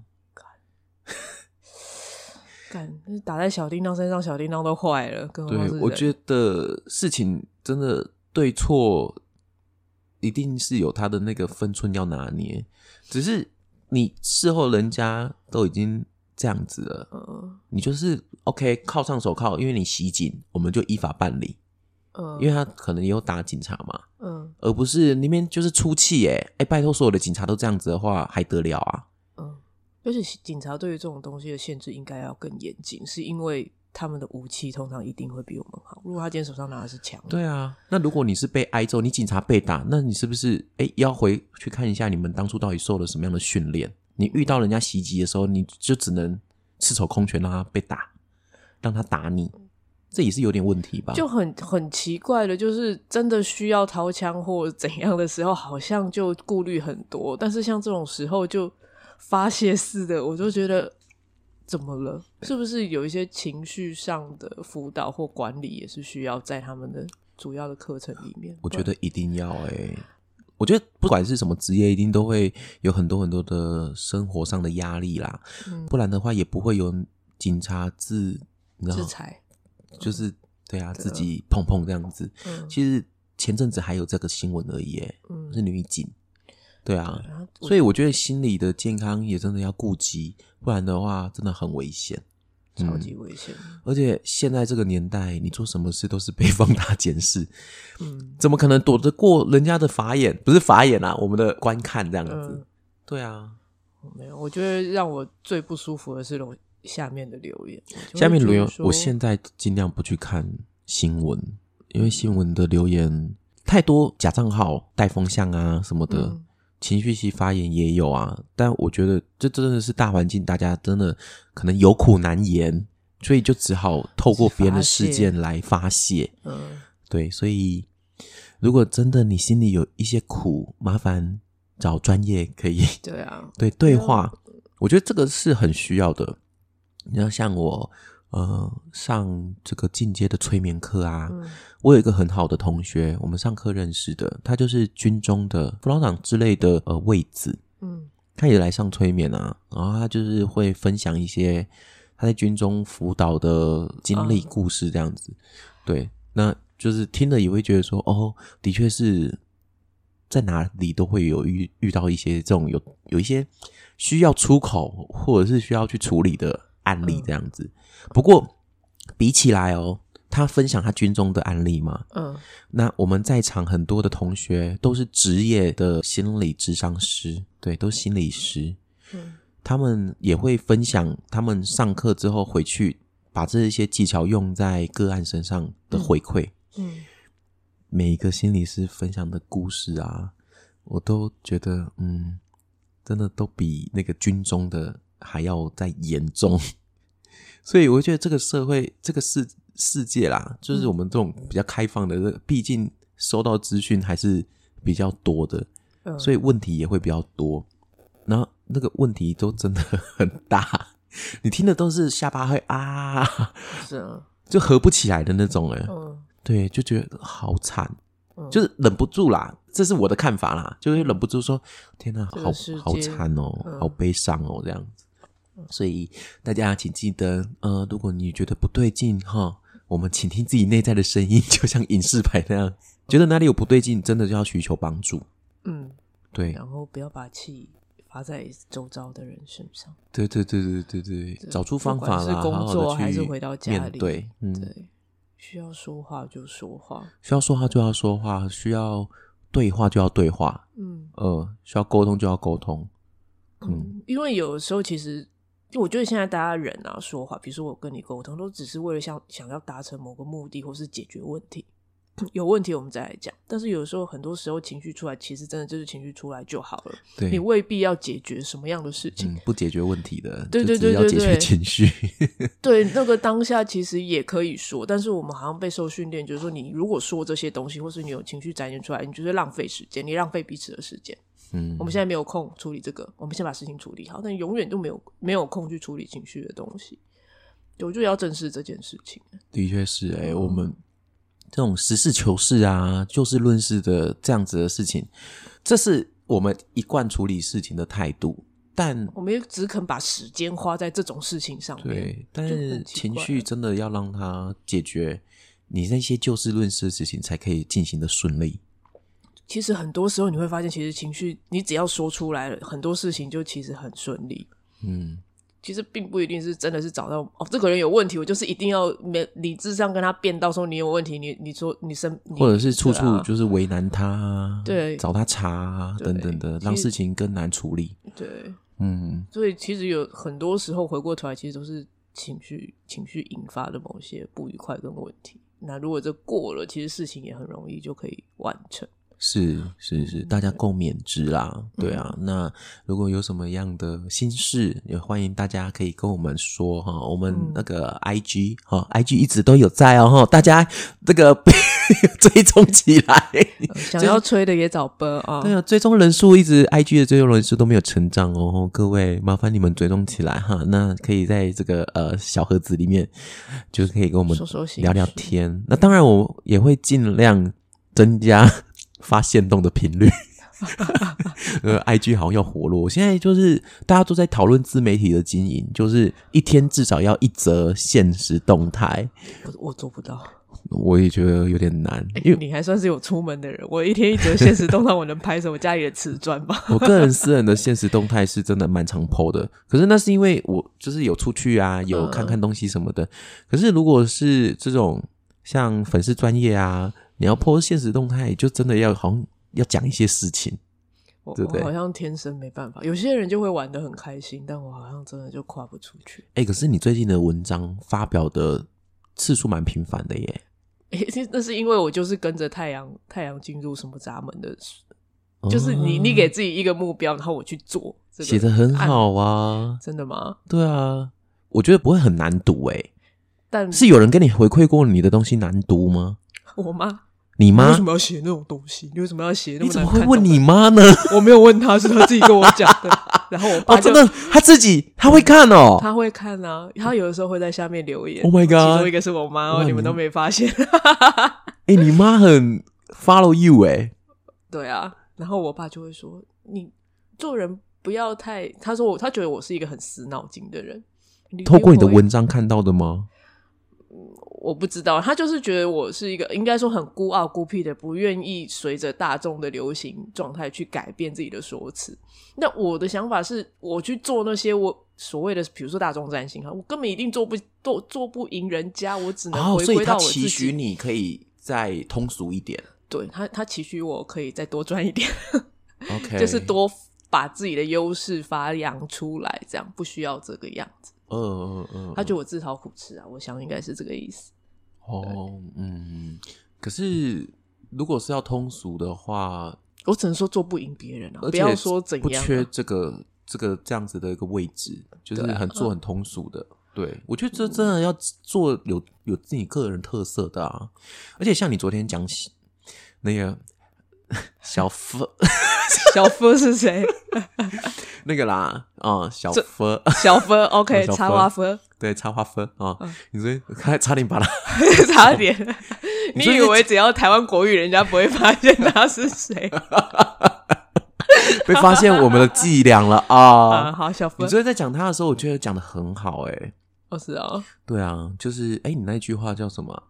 干就是打在小叮当身上，小叮当都坏了，更何况
对
哦是，人
我觉得事情真的对错一定是有他的那个分寸要拿捏，只是你事后人家都已经这样子了，
嗯
你就是 OK 铐上手铐，因为你袭警，我们就依法办理，
嗯，
因为他可能也有打警察嘛，
嗯
而不是那边就是出气哎、哎、拜托所有的警察都这样子的话，还得了啊？
嗯，而且警察对于这种东西的限制应该要更严谨，是因为他们的武器通常一定会比我们好。如果他今天手上拿的是枪，
对啊，那如果你是被挨揍，你警察被打，那你是不是哎要回去看一下你们当初到底受了什么样的训练？你遇到人家袭击的时候，你就只能赤手空拳让他被打，让他打你，这也是有点问题吧？
嗯就很很奇怪的，就是真的需要掏枪或怎样的时候，好像就顾虑很多。但是像这种时候就发泄似的，我就觉得怎么了？是不是有一些情绪上的辅导或管理也是需要在他们的主要的课程里面？
我觉
不然
得一定要哎、我觉得不管是什么职业，一定都会有很多很多的生活上的压力啦，
嗯
不然的话也不会有警察自，你知道
制，裁，
就是对啊，自己碰碰这样子。
嗯
其实前阵子还有这个新闻而已、欸，
嗯
是女警，对啊，
然后我
所以我觉得心理的健康也真的要顾及，不然的话真的很危险。
超
嗯
级危险。
而且现在这个年代，你做什么事都是被 放大检视，
嗯
怎么可能躲得过人家的法眼？不是法眼啊，我们的观看这样子。
嗯，
对啊，
没有，我觉得让我最不舒服的是楼下面的留言，我就会
下面留
觉
言
得说
我现在尽量不去看新闻，因为新闻的留言太多假账号带风向啊什么的。
嗯
情绪性发言也有啊，但我觉得这真的是大环境，大家真的可能有苦难言，所以就只好透过别人的事件来发泄。
嗯。
对，所以如果真的你心里有一些苦，麻烦找专业可以
对啊，
对对话，我觉得这个是很需要的。你要像我呃上这个进阶的催眠课啊，
嗯
我有一个很好的同学，我们上课认识的，他就是军中的副老长之类的呃位子，
嗯
他也来上催眠啊，然后他就是会分享一些他在军中辅导的经历
嗯
故事这样子。对，那就是听了也会觉得说，哦，的确是在哪里都会有遇遇到一些这种有有一些需要出口或者是需要去处理的案例这样子。不过比起来哦，他分享他军中的案例嘛，
嗯
那我们在场很多的同学都是职业的心理智商师，对，都是心理师，
嗯
他们也会分享他们上课之后回去把这一些技巧用在个案身上的回馈。
嗯，
每一个心理师分享的故事啊，我都觉得，嗯，真的都比那个军中的还要再严重。 所以我觉得这个社会、这个世世界啦，就是我们这种比较开放的，这个毕竟收到资讯还是比较多的，
嗯
所以问题也会比较多。然后那个问题都真的很大，你听的都是下巴会啊，
是啊，
就合不起来的那种哎、
嗯
对，就觉得好惨。
嗯，
就是忍不住啦，这是我的看法啦，就是忍不住说：“天哪，
这个
好
世界
好惨哦，
嗯
好悲伤哦，这样子。”所以大家请记得，呃，如果你觉得不对劲哈，我们倾听自己内在的声音，就像影视牌那 样，觉得哪里有不对劲，真的就要寻求帮助。
嗯，
对，
然后不要把气发在周遭的人身上，
对对对对对对，找出方法
不管是
啦，好
工
好
作
的去
还是回到家
面
里
对，嗯，
对，需要说话就说话，
需要说话就要说话，需要对话就要对话，
嗯
呃，需要沟通就要沟通，
嗯，因为有的时候其实。就我觉得现在大家人啊说话，比如说我跟你沟通，都只是为了想想要达成某个目的，或是解决问题。 有问题我们再来讲，但是有时候很多时候情绪出来，其实真的就是情绪出来就好了，
对，
你未必要解决什么样的事情。
嗯，不解决问题的，
对对
就只是
对
要
对
解决
对
情 绪。
对，那个当下其实也可以说，但是我们好像被受训练，就是说你如果说这些东西，或是你有情绪展现出来，你就是浪费时间，你浪费彼此的时间。
嗯，
我们现在没有空处理这个，我们先把事情处理好，但永远都没有没有空去处理情绪的东西。对我就要正视这件事情。
的确是
嗯
哎、我们这种实事求是啊、就事论事的这样子的事情，这是我们一贯处理事情的态度。但
我们也只肯把时间花在这种事情上面。
对，但
就很
是
奇
情
怪
绪
了
真的要让它解决，你那些就事论事的事情才可以进行的顺利。
其实很多时候你会发现，其实情绪你只要说出来了，很多事情就其实很顺利。
嗯，
其实并不一定是真的是找到哦，这个人有问题，我就是一定要没理智上跟他辩到说你有问题，你你说你生你
或者是处处
对啊
就是为难他啊，
对
找他茬啊
对
等等的，
其
让
实
事情更难处理。
对，
嗯，
所以其实有很多时候回过头来，其实都是情绪情绪引发的某些不愉快跟问题。那如果这过了，其实事情也很容易就可以完成。
是是是，大家共勉之啦，对啊。
嗯
那如果有什么样的心事，也欢迎大家可以跟我们说哈。我们
嗯
那个 I G 哈、i G 一直都有在哦哈，大家这个 追踪起来。
呃想要吹的也早奔啊！
对啊，追踪人数一直 I G 的追踪人数都没有成长哦，各位麻烦你们追踪起来哈。那可以在这个呃小盒子里面，就是可以跟我们
说说心
聊聊
事
天。那当然，我也会尽量增加发现动的频 率。呃，IG 好像要活络，我现在就是大家都在讨论自媒体的经营，就是一天至少要一则现实动态，
我我做不到，
我也觉得有点难，因
因
为
为你还算是有出门的人。我一天一折现实动态，我能拍什么家里的瓷砖吧？
我个人私人的现实动态是真的蛮常 PO 的，可是那是因为我就是有出去啊，有
嗯
看看东西什么的。可是如果是这种像粉丝专业啊，你要 PO 现实动态，就真的要好像要讲一些事情。
我
对不对
我好像天生没办法，有些人就会玩的很开心，但我好像真的就跨不出去。
哎、可是你最近的文章发表的次数蛮频繁的耶。
诶那是因为我就是跟着太阳，太阳进入什么闸门的，就是你你给自己一个目标，然后我去做。这个
哦写的很好啊
案，，真的吗？
对啊，我觉得不会很难读诶、
但
是有人跟你回馈过你的东西难读吗？
我妈，
你
你为
妈
什？么要写那种东西？你为什么要写那
你怎
难
么
看
会
的？
问你妈呢？
我没有问她，是她自己跟我讲的。然后我
哦，
爸
真
就、
的他自己他会看哦，
他会看啊，他有的时候会在下面留言。
Oh my god
其中一个是我妈
哇
哦，
你
你们都没发现。
哎、你妈很 follow you 哎、
对啊，然后我爸就会说：“你做人不要太……”他说我，他觉得我是一个很死脑筋的人。你
透过你的
给我一
文章看到的吗？
我不知道，他就是觉得我是一个应该说很孤傲孤僻的，不愿意随着大众的流行状态去改变自己的说辞。那我的想法是，我去做那些我所谓的，比如说大众占星啊哈，我根本一定做不做做不赢人家，我只能
哦，
回
所以
归到
他
我自
期许
己。
你可以再通俗一点
对他，他期许我可以再多赚一点，
，OK，
就是多把自己的优势发扬出来，这样不需要这个样子。
嗯，嗯嗯嗯，
他觉得我自讨苦吃啊，我想应该是这个意思。
哦，嗯，可是如果是要通俗的话，
我只能说做不赢别人啊，
而
不
且
要说怎
不
样啊、
缺这个这个这样子的一个位置，就是
对啊
很做很通俗的。对，我觉得这真的要做有有自己个人特色的啊，而且像你昨天讲起那个 小佛
小夫是谁？
那个啦，啊、小
这
佛
小分 OK，
哦小分
插花分，
对插花分啊，
嗯
你说还差点把它
差点。
你
你
说
以为只要台湾国语，人家不会发现他是谁
被发现我们的伎俩了啊！
啊？好，小哦
你
分，
昨天在讲他的时候，我觉得讲的很好哎、
我知道，
对啊，就是哎、你那一句话叫什么啊？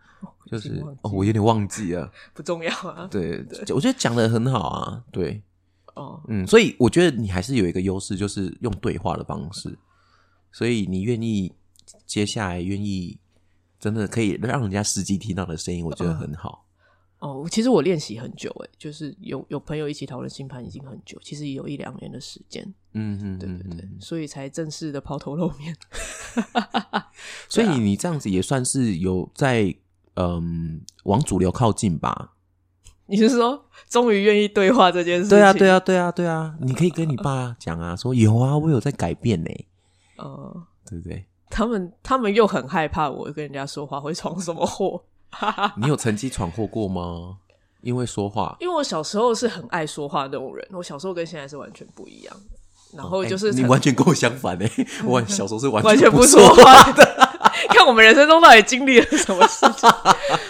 就
已
是
经忘记
哦，我有点忘记了。
不重要啊。
对，我觉得讲的很好啊。对，
哦，
嗯，所以我觉得你还是有一个优势，就是用对话的方式。所以你愿意接下来愿意真的可以让人家实际听到的声音，我觉
嗯
得很好。
哦，其实我练习很久，哎，就是有有朋友一起讨论星盘已经很久，其实也有一两年的时间，
嗯嗯，
对
嗯
对对
嗯，
所以才正式的抛头露面。
所
啊
以你这样子也算是有在嗯往主流靠近吧？
你是说终于愿意对话这件事情？
对啊，对
啊，
啊，对啊，对啊！你可以跟你爸讲啊，说有啊，我有在改变呢、
嗯。
对不对？
他们他们又很害怕我跟人家说话会闯什么祸，啊
你有曾经闯祸过吗？因为说话，
因为我小时候是很爱说话的那种人，我小时候跟现在是完全不一样的。然后就是
哎你
很嗯
完全跟我相反哎、我小时候是完
完全
不
不
说
说话的。 看我们人生中到底经历了什么事 情？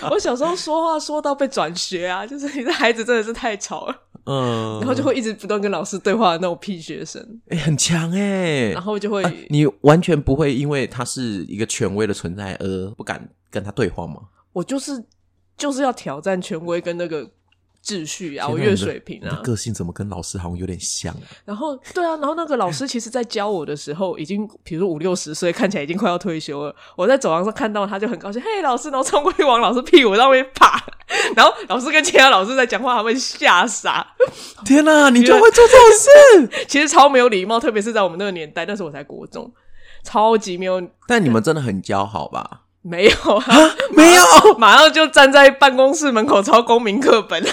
我小时候说话说到被转学啊，就是你这孩子真的是太吵了，
嗯，
然后就会一直不断跟老师对话的那种屁学生，
哎、很强哎、
然后就会、
啊你完全不会因为他是一个权威的存在而不敢跟他对话吗？
我就是就是要挑战权威跟那个秩序啊，
天哪
我
你
越
的
水平
你
啊
的，个性怎么跟老师好像有点像啊？
然后对啊，然后那个老师其实，在教我的时候，已经比如说五六十岁，看起来已经快要退休了。我在走廊上看到他，就很高兴，嘿，老师，然后冲过去往老师屁股上面爬，然后老师跟其他老师在讲话，他们吓傻，
天哪、你就会做这种事？
其实超没有礼貌，特别是在我们那个年代，那时候我才国中，超级没有
但你们真的很交好吧？
没有啊，
没有，
马上就站在办公室门口抄公民课本，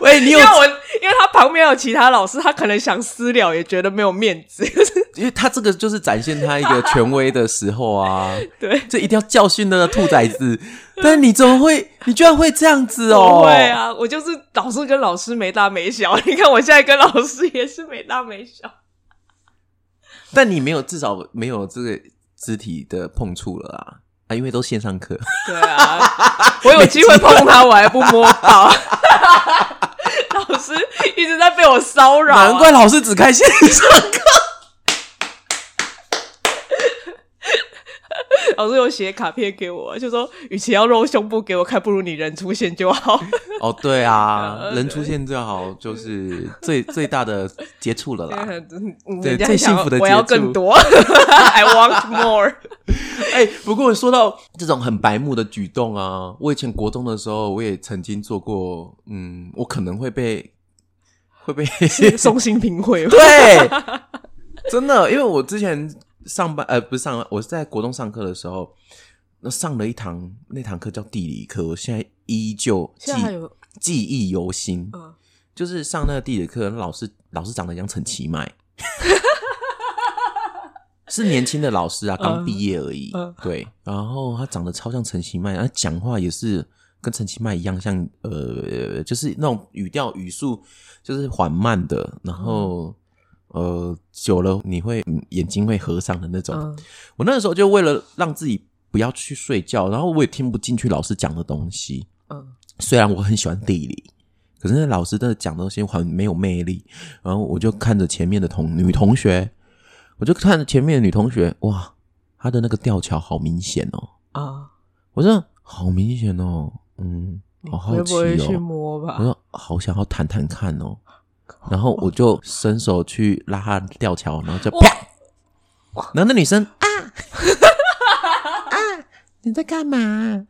喂，你有
因为，我因为他旁边有其他老师，他可能想私了，也觉得没有面子，
因为他这个就是展现他一个权威的时候 啊，
对。
这一定要教训那个兔崽子。但你怎么会，你居然会这样子哦？
不会，啊，我就是老是跟老师没大没小。你看我现在跟老师也是没大没小。
但你没有，至少没有这个肢体的碰触了啊啊，因为都线上课。
对啊， 我有机会碰他，我还不摸 到。老师一直在被我骚扰、啊，
难怪老师只开线 上课。
老师有写卡片给我，就说与其要露胸部给我看，不如你人出现就 好。
哦，对啊，
对
人出现最好就是最 最大的接触了啦。
嗯
对
人家
最
想
幸福的
我要
接触
更多，I want more。
哎、不过说到这种很白目的举动啊，我以前国中的时候，我也曾经做过，嗯，我可能会被会被
送心平 会吗，
对，真的，因为我之前上班，呃，不是上班，我是在国中上课的时候，那上了一堂，那堂课叫地理课，我现在依旧记
现在还有
记忆犹新。
嗯
就是上那个地理课，老师老师长得像陈其 迈，是年轻的老师啊，刚毕业而已。
嗯
啊对，然后他长得超像陈其迈，他讲话也是跟陈其迈一样，像呃，就是那种语调语速就是缓慢的，然
嗯
后呃，久了你会、嗯眼睛会合上的那种。
嗯
我那个时候就为了让自己不要去睡觉，然后我也听不进去老师讲的东西。
嗯，
虽然我很喜欢地理，可是那老师的讲的东西很没有魅力。然后我就看着前面的同女同学，我就看着前面的女同学，哇，她的那个吊桥好明显哦，
啊，
我真的好明显哦，嗯，
你
好好
会
奇
不会去
哦。
摸吧
我？说好想要弹弹看 哦，然后我就伸手去拉她的吊桥，然后就啪，然后那女生啊 啊，你在干嘛？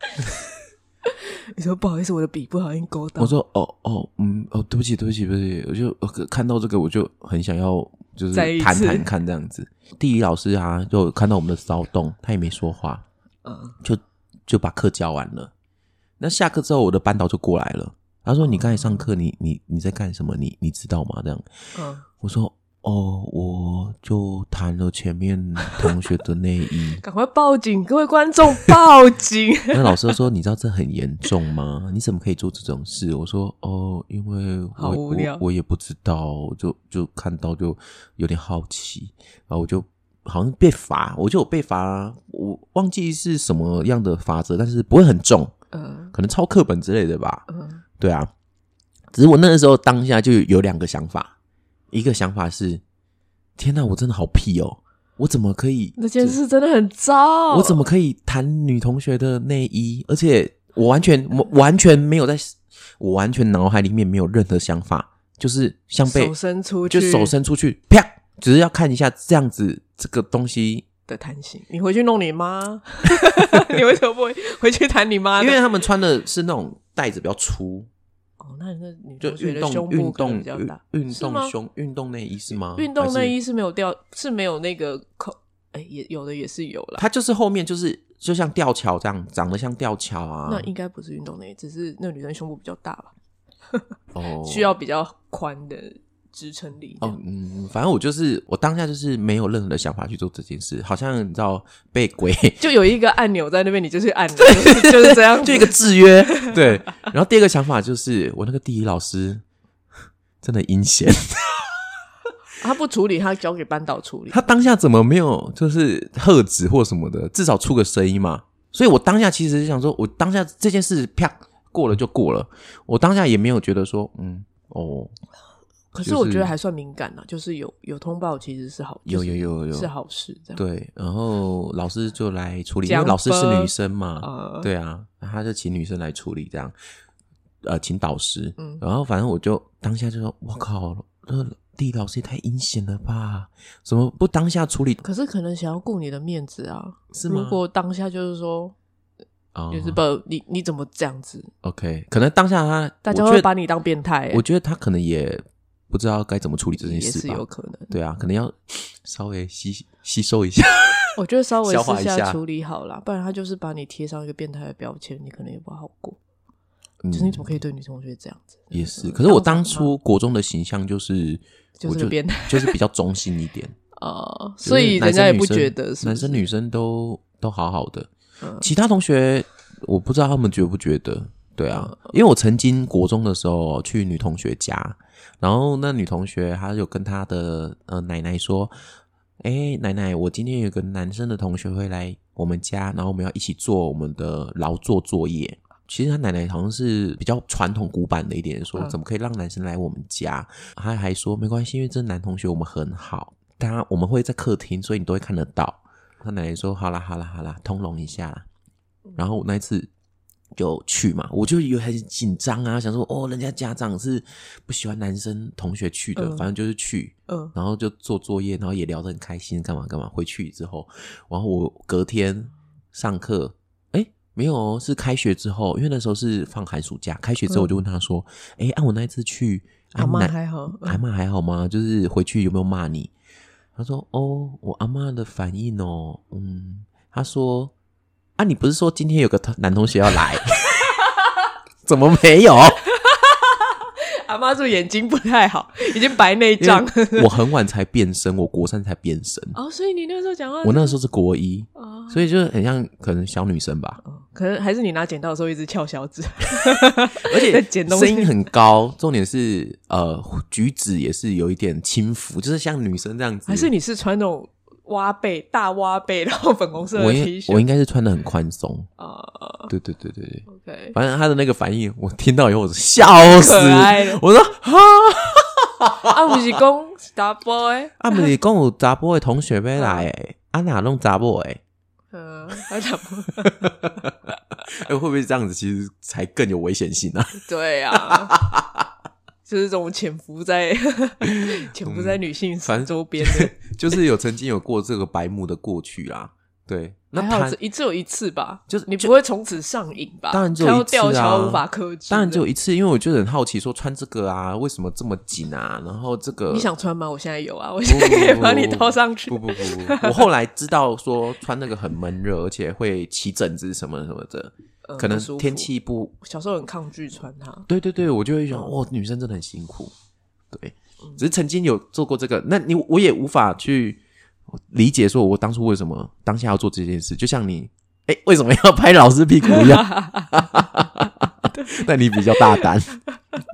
你说不好意思，我的笔不小心勾到。
我说哦哦嗯哦，对不起对不起对不起，我就呃看到这个我就很想要就是
再一次
谈谈看这样子。地理老师啊，就看到我们的骚动，他也没说话，
嗯，
就就把课教完了。那下课之后，我的班导就过来了，他说：“你刚才上课，你你你在干什么？你你知道吗？”这样，
嗯。
我说：“哦，我就弹了前面同学的内衣
赶快报警，各位观众报警！”
那老师就说：“你知道这很严重吗？你怎么可以做这种事？”我说：“哦，因为
好
我
无
我
聊
我也不知道，就就看到就有点好奇，然后我就。”好像被罚，我就有被罚，我忘记是什么样的罚则，但是不会很重，
嗯
可能抄课本之类的吧。
嗯
对啊，只是我那个时候当下就有两个想法，一个想法是：天哪，我真的好屁哦！我怎么可以？
那件事真的很糟。
我怎么可以谈女同学的内衣？而且我完全我完全没有在，我完全脑海里面没有任何想法，就是像被
手伸出去？
就手伸出去，啪，只是要看一下这样子这个东西，
的弹性，你回去弄 你妈， 你为什么不回回去弹你妈
因
呢？
为他们穿的是那种带子比较粗，
哦，那你那女
就
同学
运
的
动
胸
运
部可
动
能比较
运
大，
运
是吗
动胸运动内衣是吗？
运动
还是
内衣是没有掉，是没有那个扣，哎，也有的也是有啦。
它就是后面就是就像吊桥这样，长得像吊桥啊。
那应该不是运动内衣，只是那女生胸部比较大吧，
哦
需要比较宽的支撑力。
哦嗯，反正我就是我当下就是没有任何的想法去做这件事，好像你知道被鬼
就有一个按钮在那边，你就去按，就是就是这样 子，
就一个制约。对，然后第二个想法就是我那个地理老师真的阴 险，
他不处理，他交给班导处理。
他当下怎么没有就是喝止或什么的，至少出个声音嘛。所以我当下其实是想说，我当下这件事啪过了就过了，我当下也没有觉得说嗯哦
可
就是是
我觉得还算敏感啦，就是有有通报其实是好，
有
就是
有有有
是好事，这样。
对，然后老师就来处理，因为
讲
老师是
吧
女生嘛，
啊
对啊，他就请女生来处理这样，呃，请导师，
嗯
然后反正我就当下就说，我靠，那地理老师也太阴险了吧？怎么不当下处理？
可是可能想要顾你的面子啊，
是吗
如果当下就是说，
哦
就是不，你你怎么这样子？
OK，可能当下他，
大家
我
会
觉得
把你当变态、欸
我，觉得他可能也不知道该怎么处理这件
也
事
是
吧
有。可能。
对啊，可能要稍微吸吸收一下。
我觉得稍微
消化
私
一
下
下
处理好啦，不然他就是把你贴上一个变态的标签，你可能也不好过。
嗯
就是你怎么可以对女同学这样子？
也是，
嗯
可是我
当
当
场
初国中的形象就是，
就是
我
个
就
变态
就是比较中性一点。
呃，
就是
所以人家也不
男生女生
觉得是不是
男生女生都都好好的，
嗯
其他同学我不知道他们觉不觉得。对啊，
嗯
因为我曾经国中的时候哦去女同学家，然后那女同学她有跟她的呃奶奶说：“哎、奶奶，我今天有个男生的同学会来我们家，然后我们要一起做我们的劳作作业。”其实她奶奶好像是比较传统古板的一点，说
嗯
怎么可以让男生来我们家？她还说没关系，因为这男同学我们很好，他我们会在客厅，所以你都会看得到。他奶奶说：“好啦，好啦，好啦，通融一下啦。”然后我那一次就去嘛，我就有很紧张啊，想说哦，人家家长是不喜欢男生同学去的，
嗯
反正就是去，
嗯
然后就做作业，然后也聊得很开心，干嘛干嘛。回去之后，然后我隔天上课，哎，没有哦，是开学之后，因为那时候是放寒暑假，开学之后我就问他说：“哎、按、我那一次去，
嗯阿妈
奶
还好，
阿妈还好吗？就是回去有没有骂你？他说：“哦，我阿妈的反应哦，嗯，他说啊，你不是说今天 有个同男同学要来，怎么没有？
阿阿妈是眼睛不 太好，已经白内
因
障。
为我很晚才变身，我国三才变身，
哦，所以你那时候讲话，
我那时候是国一，
哦
所以就是很像可能小女生吧，
可能还是你拿剪刀的时候一直翘小指，
而且
在剪东西
声音很高，重点是呃举止也是有一点轻浮，就是像女生这样子。
还是你是穿那种挖背大挖背，然后粉红色的
我应
T
我应
恤
该是穿的很宽松，
啊
对对对对对。
？OK，
反正他的那个反应，我听到以后我是笑死
可爱哦了，
我说哈，
啊，不是公 Star Boy，
啊，不是公有查甫的同学要来诶，啊哪弄查甫诶，
嗯，他讲不
哎、会不会这样子其实才更有危险性啊？
对啊，就是这种潜伏在 潜伏在女性
嗯反正
周边的，
就是有曾经有过这个白目的过去啦，对，那
还好
他
只一只有一次吧，
就是
你
就
不会从此上瘾吧？
当然只有
跳
一次啊
吊桥无法克制，
当然只有一次，因为我就很好奇说穿这个啊，为什么这么紧啊？然后这个
你想穿吗？我现在有啊，我
不
现在可以
不
把
不
你
不
套上 去
不。不不不，我后来知道说穿那个很闷热，而且会起疹子什么什么的，
呃
可能
不舒服
天气不
小时候很抗拒穿它，
对对对，我就会
嗯
想，哇，女生真的很辛苦。对，只是曾经有做过这个，那你我也无法去理解，说我当初为什么当下要做这件事，就像你，哎，为什么要拍老师屁股一 样？那你比较大胆，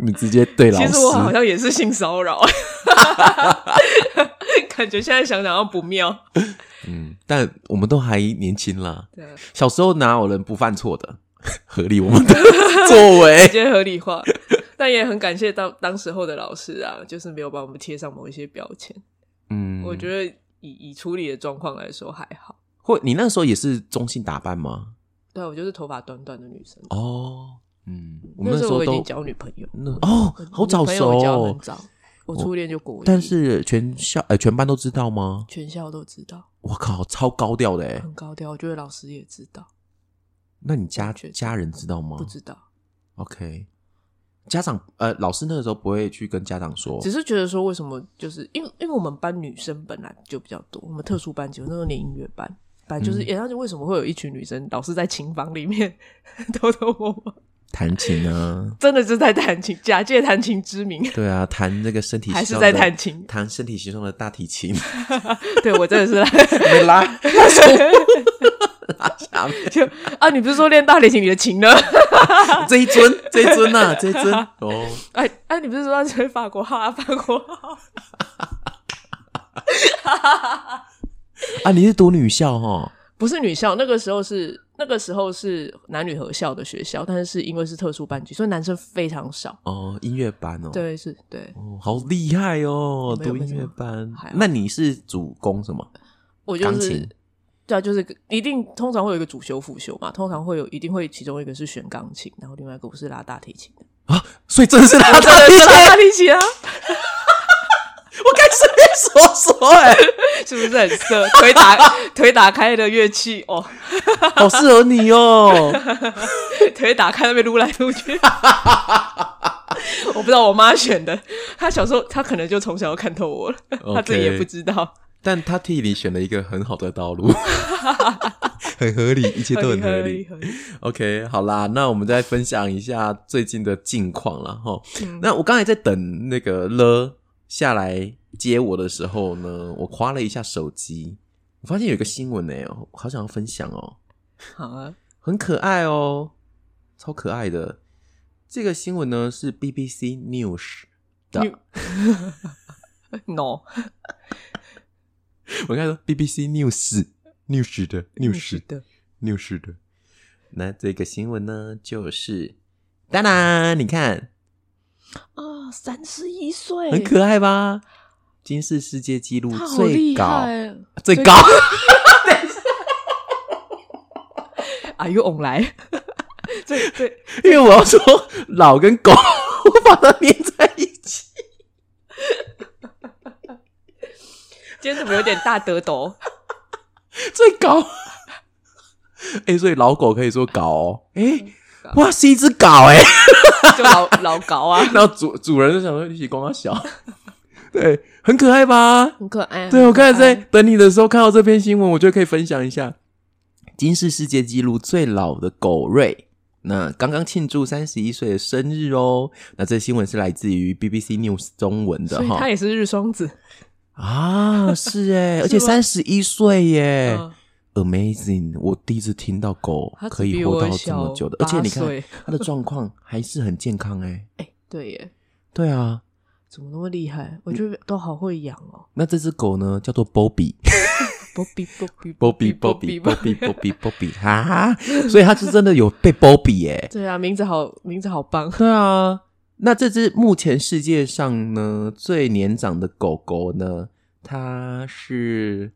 你直接对老
其
师。
实我好像也是性骚 扰，感觉现在想想要不妙。
嗯，但我们都还年轻啦，
对，
小时候哪有人不犯错的？ 合理我们的作为
直。接合理化，但也很感谢当当时候的老师啊，就是没有把我们贴上某一些标签。
嗯，
我
得
觉得以以处理的状况来说还好。
或你那时候也是中性打扮吗？
对啊，我就是头发短短的女生。
哦，嗯，我们那
那
时
候
候
我已
都
经交女朋友，
那哦
我，
好早
女朋友
熟、
我交很
哦。
早，我初恋就国一，
但是全校呃全班都知道吗？
全校都知道，
我靠，超高调的哎！
很高调。我觉得老师也知道，
那你家
觉得
家人知道吗？
不知
哦
道，
OK，家长呃老师那个时候不会去跟家长说
只是觉得说为什么，就是因为因为我们班女生本来就比较多，我们特殊班级，我那时候念音乐班。本来就是，
嗯
也然后就为什么会有一群女生老是在琴房里面 偷偷摸摸，，
弹琴啊
真的是在弹琴，假借弹琴之名，
对啊，弹那个身体
还
形
是
状
在
的
弹琴？
弹身体形状的大提琴，
对我真的是来
没拉拉下面
就啊，你不是说练大提琴你的琴呢？
这一尊这一尊呐、啊、这一尊哦，
哎哎，你不是说要吹法国号啊？法国号，
啊你是读女校哈？
不是女校，那个时候是那个时候是男女合校的学校，但是是因为是特殊班级，所以男生非常少。
哦，音乐班哦，
对，是对，
哦，好厉害哦！
没有
读
没
音
什
乐
么
班
还，好
那你是主攻什么？
我
钢
就是
琴
对啊，就是一定通常会有一个主修辅修嘛，通常会有一定会其中一个是选钢琴，然后另外一个我是拉大提琴的，
啊？所以真的是拉大
真的
提
是
琴，
拉大提琴啊，
我该随便说说哎、
是不是很色？腿打腿打开的乐器哦，
好适合你哦！
腿打开那边撸来 撸去。我不知道我妈选的，她小时候她可能就从小就看透我了
OK
她自己也不知道，
但他替你选了一个很好的道路， 很合理，一切都很合
合
理。
合理
OK，好啦，那我们再分享一下最近的近况啦。哈。那我刚才在等那个了下来接我的时候呢，我划了一下手机，我发现有一个新闻呢、哦，好想要分享哦。
好啊，
很可爱哦，超可爱的。这个新闻呢是 BBC News 的，
New- no
我刚才说 BBC News News 的 News 的
的
News 的。那这个新闻呢就是，当然你看
啊，三十一岁，
很可爱吧？金氏世界纪录
她好
最
厉
高，
害
最高。
，Are you on 来？ 最最
因为我要说老跟狗，我把它连在一起。
今天怎么有点大得抖？
最高。哎、所以老狗可以说搞哦。哎、
嗯搞
哇，是一只搞哎、
就老老搞啊，
然后主主人就想说一起光它啊小，对，很可爱吧？
很可爱。
对我
很可
刚才在
爱
等你的时候看到这篇新闻，我就可以分享一下，今世世界纪录最老的狗瑞那刚刚庆祝三十一岁的生日哦。那这新闻是来自于 BBC News 中文的
所以
哈
他也是日双子，
啊，是 哎，而且
是
三
吗
十一岁耶、
嗯
a m a z i n g 我第一次听到狗
他只
哎可以
比
活
我
到这
小
么久的，而
八
且你看
岁
他的状况还是很健康哎。
对耶，
对啊，
怎么那么厉害？我觉得都好会养哦，
那这只狗呢叫做 Bobby。
波比波比
波比波比波比波比波比，哈哈， 所以他是真的有被波比耶。
对啊，名字好，名字好棒，
对啊，那这只目前世界上呢最年长的狗狗呢，它是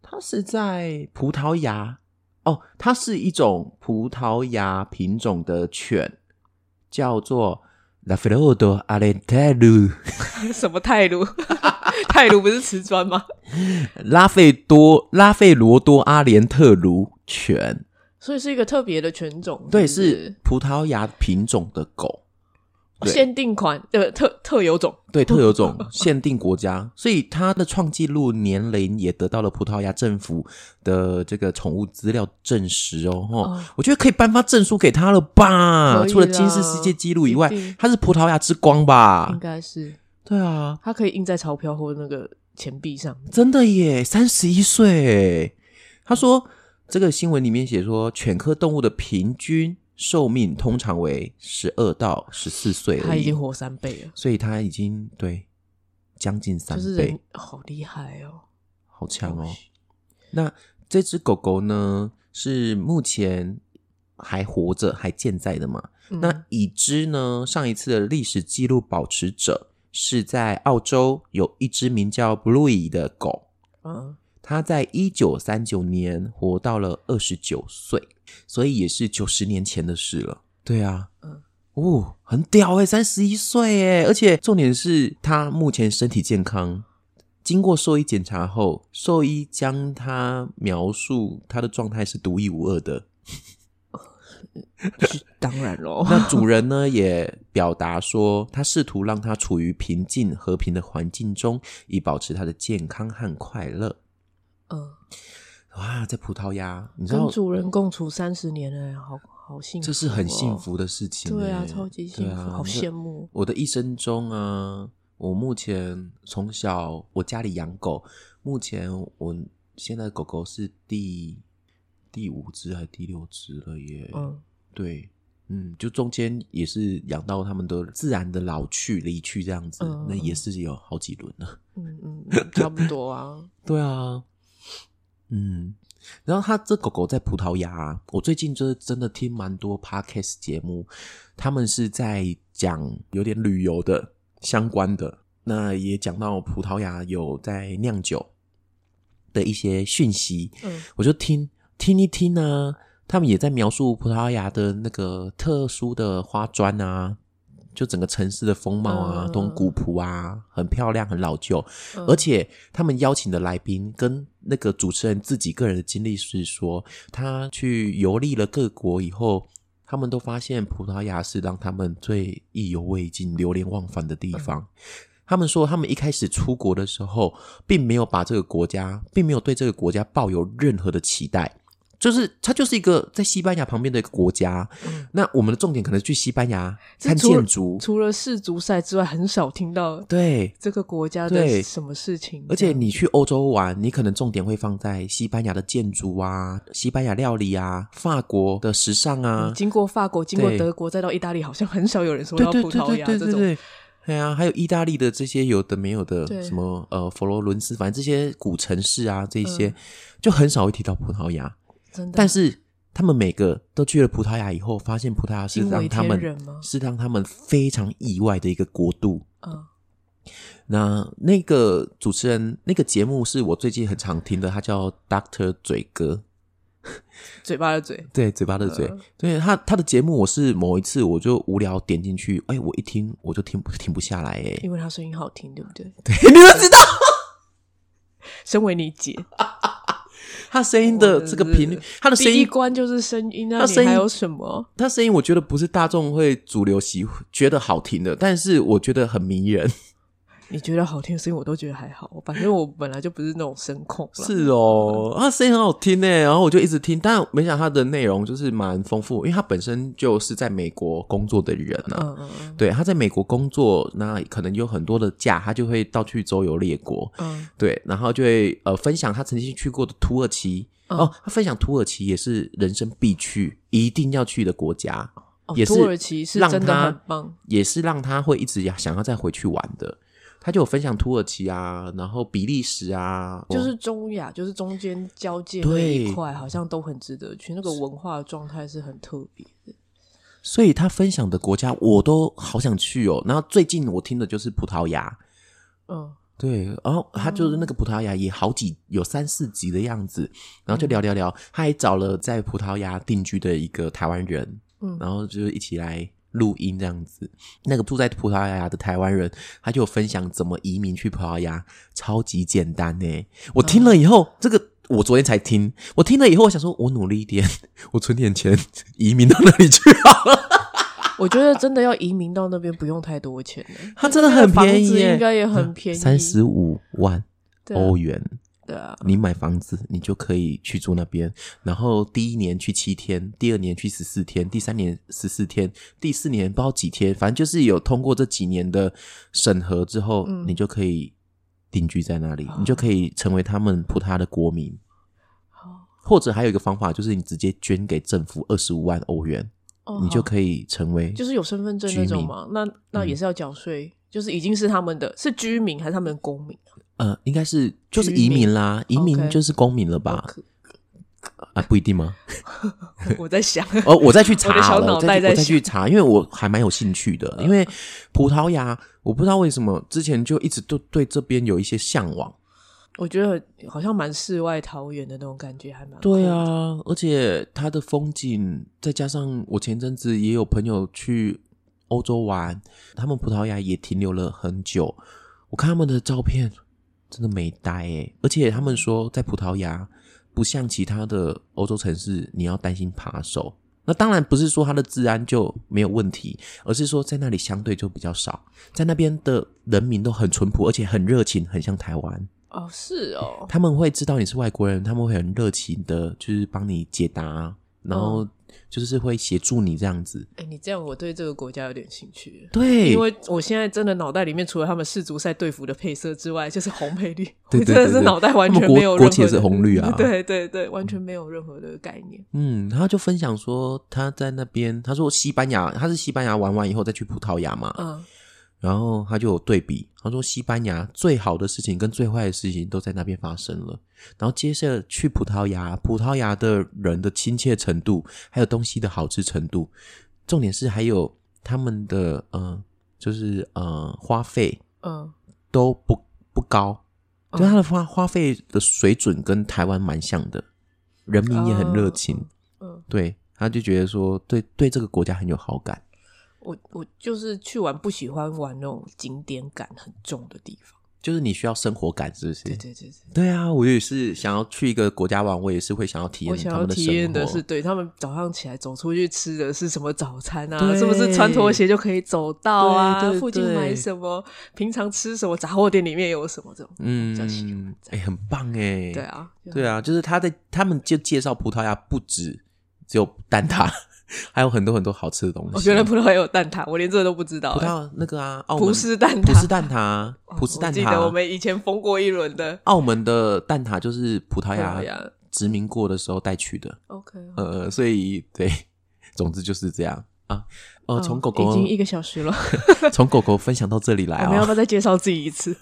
它是在葡萄牙哦，它是一种葡萄牙品种的犬，叫做 La f r o d o a l e t e r u
什么泰 卢？泰卢不是瓷砖吗？
拉费多拉费罗多阿连特鲁犬。
所以是一个特别的犬种，
对，
不
是葡萄牙品种的狗，对
哦限定款，呃，特特有种，
对，特有种， 限定国家，所以它的创纪录年龄也得到了葡萄牙政府的这个宠物资料证实哦。吼
哦
我觉得可以颁发证书给它了吧？
可以
除了
啦
金氏世界纪录以外啊
一定，
它是葡萄牙之光
应
吧？
该是
对啊，
它可以印在钞票或那个钱币上面。
真的耶，三十一岁。他说，这个新闻里面写说，犬科动物的平均寿命通常为十二到十四岁而已，
它已经活三倍了，
所以他已经对将近三
就
倍，
是人好厉害哦，
好强哦
恭喜！
那这只狗狗呢，是目前还活着、还健在的嘛？
嗯
那已知呢，上一次的历史记录保持者是在澳洲有一只名叫 Bluey 的狗，
嗯，
它在一九三九年活到了二十九岁，所以也是九十年前的事了。对啊，
嗯
哦，很屌哎、欸，三十一岁哎，而且重点是他目前身体健康。经过兽医检查后，兽医将他描述他的状态是独一无二的。
是当然喽，
那主人呢也表达说，他试图让他处于平静和平的环境中，以保持他的健康和快乐。
嗯，
哇，在葡萄牙，你知道
跟主人共处三十年了，好好幸福，哦
这是很幸。福的事情欸、
对啊，超级幸
对
福，
啊
好羡。慕
那。我的一生中啊，我目前从小我家里养狗，目前我现在的狗狗是第第五只还是第六只了耶？
嗯，
对，嗯，就中间也是养到它们的自然的老去、离去这样子，
嗯
那也是有好几轮了。
嗯嗯，嗯，差不 多啊。
对啊，嗯，然后它这狗狗在葡萄牙啊、我最近就是真的听蛮多 podcast 节目，他们是在讲有点旅游的相关的，那也讲到葡萄牙有在酿酒的一些讯息，
嗯
我就听听一听呢、他们也在描述葡萄牙的那个特殊的花砖啊，就整个城市的风貌啊，
嗯
都很古朴啊，很漂亮，很老旧。
嗯
而且他们邀请的来宾跟那个主持人自己个人的经历是说，他去游历了各国以后，他们都发现葡萄牙是让他们最意犹未尽、流连忘返的
嗯
地方。他们说，他们一开始出国的时候，并没有把这个国家，并没有对这个国家抱有任何的期待。就是它就是一个在西班牙旁边的一个国家，
嗯
那我们的重点可能去西班牙
这
看
除了
建筑，
除了世足赛之外，很少听到
对，
这个国家
对
的什么事情。
而且你去欧洲玩，你可能重点会放在西班牙的建筑啊、西班牙料理啊、法国的时尚啊
嗯，经过法国，经过
对
德国，再到意大利，好像很少有人说
对
到
对
葡
对
萄
对
牙
对
这
对
种。
对，对啊，还有意大利的这些有的没有的，
对
什么呃佛罗伦斯，反正这些古城市啊，这些、
嗯啊
就很少会提到葡萄牙，
真的，
但是。他们每个都去了葡萄牙以后，发现葡萄牙是
惊为
让他
天
们
人吗
是让他们非常意外的一个国度。
嗯
那那个主持人那个节目是我最近很常听的，他叫 Doctor 嘴哥，
嘴巴的嘴，
对，嘴巴的嘴，
嗯
对他他的节目我是某一次我就无聊点进去，哎，我一听我就听不停不下来，哎，
因为他声音好听，对不对？
你们知道
身为你姐，
他声音的这个频率
我，
他的啊声
第一
音，
关就是声音，那
他声
你
音
还有什么？
他声音我觉得不是大众会主流喜觉得好听的，但是我觉得很迷人，
你觉得好听的声音我都觉得还好，反正我本来就不是那种声控啦。
是哦，啊，声音很好听呢，然后我就一直听，但没想到它的内容就是蛮丰富，因为他本身就是在美国工作的人啊，
嗯，嗯嗯
对，他在美国工作，那可能有很多的假，他就会到处周游列国，
嗯，
对，然后就会呃分享他曾经去过的土耳其，
嗯
哦，他分享土耳其也是人生必去、一定要去的国家，
哦
也是
土耳其是
让
真的
他
很棒，
也是让他会一直想要再回去玩的。他就有分享土耳其啊，然后比利时啊，哦
就是中亚，就是中间交界那
对
一块，好像都很值得去。那个文化的状态是很特别的。
所以他分享的国家我都好想去哦。然后最近我听的就是葡萄牙，
嗯，
对，然后他就是那个葡萄牙也好几有三四集的样子，然后就聊聊聊，他还找了在葡萄牙定居的一个台湾人，
嗯
然后就是一起来录音这样子。那个住在葡萄牙的台湾人，他就有分享怎么移民去葡萄牙，超级简单呢。我听了以后，这个我昨天才听，我听了以后，我想说我努力一点，我存点钱移民到那 里去好了。
我觉得真的要移民到那边不用太多钱呢、
它真的 很便宜
那个房子
耶，嗯
应该也很便宜
三十五万
对啊
欧元。
对啊，
你买房子，你就可以去住那边。然后第一年去七天，第二年去十四天，第三年十四天，第四年不知道几天，反正就是有通过这几年的审核之后，
嗯哦
你就可以定居在那里，你就可以成为他们葡萄的国民。
好，
或者还有一个方法，就是你直接捐给政府二十五万欧元，
哦
你就
好
可以成为
就是有身份证那
居
种
民嗯
嘛，那那也是要缴税，就是已经是他们的，是居民还是他们的公民啊？
呃，应该是就是
居
移
民
民啦，移民
OK
就是公民了吧？啊，不一定吗？
我在想，
哦，我再去
我的
查
小
了，
脑
我再去我
袋在
再
想嗯
去查，因为我还蛮有兴趣的。因为葡萄牙，我不知道为什么之前就一直都对这边有一些向往。
我觉得好像蛮世外桃源的那种感觉，还蛮酷
对，啊，而且它的风景，再加上我前阵子也有朋友去欧洲玩，他们葡萄牙也停留了很久。我看他们的照片，真的美呆诶、而且他们说，在葡萄牙不像其他的欧洲城市，你要担心扒手。那当然不是说它的治安就没有问题，而是说在那里相对就比较少，在那边的人民都很淳朴，而且很热情，很像台湾。
哦，是 哦，
他们会知道你是外国人，他们会很热情的，就是帮你解答，然后就是会协助你这样子。
哎、你这样我对这个国家有点兴趣。
对
因，为我现在真的脑袋里面，除了他们世足赛队服的配色之外，就是红配绿，
对对对
我真的是脑袋完
他
全
们国
没有任何的
国旗也是红绿啊
对对对，完全没有任何的概念。
嗯，他就分享说他在那边，他说西班牙，他是西班牙玩完以后再去葡萄牙嘛，
嗯，
然后他就有对比，他说西班牙最好的事情跟最坏的事情都在那边发生了，然后接着去葡萄牙，葡萄牙的人的亲切程度，还有东西的好吃程度，重点是还有他们的嗯、呃就是呃花费
嗯，
都不不高，
嗯
就它的花花费的水准跟台湾蛮像的，人民也很热情，
哦嗯
对，他就觉得说对对这个国家很有好感，
我我就是去玩不喜欢玩那种景点感很重的地方。
就是你需要生活感，是不是？
对对对对，
对啊，我也是想要去一个国家玩，我也是会想要体
我
验
想
他
要
们的
体
生活。
验的是，对他们早上起来走出去吃的是什么早餐啊？
对
是不是穿拖鞋就可以走到啊？
对对对
附近买什么？平常吃什么？杂货店里面有什么？这种比较喜欢
嗯，
这
哎、
样。
很棒哎、
对，啊，
对啊，就是他在他们就介绍葡萄牙不止只有蛋挞， 还有很多很多好吃的东西。
我觉得哦葡萄牙有蛋挞，我连这个都不知道、
啊葡
欸。
萄那个啊，澳门
葡式蛋挞，
葡式蛋挞，
哦
葡式蛋
我记得我
挞，
们以前封过一轮的。
澳门的蛋挞就是葡萄
葡萄
牙
牙
殖民过的时候带去的。
OK，
呃，所以对， 总之就是这样啊。呃，从狗
哦嗯已
狗
经一个小哦时了，
从狗狗分享到这里来
我们要
啊
不，要再介绍自己 一次？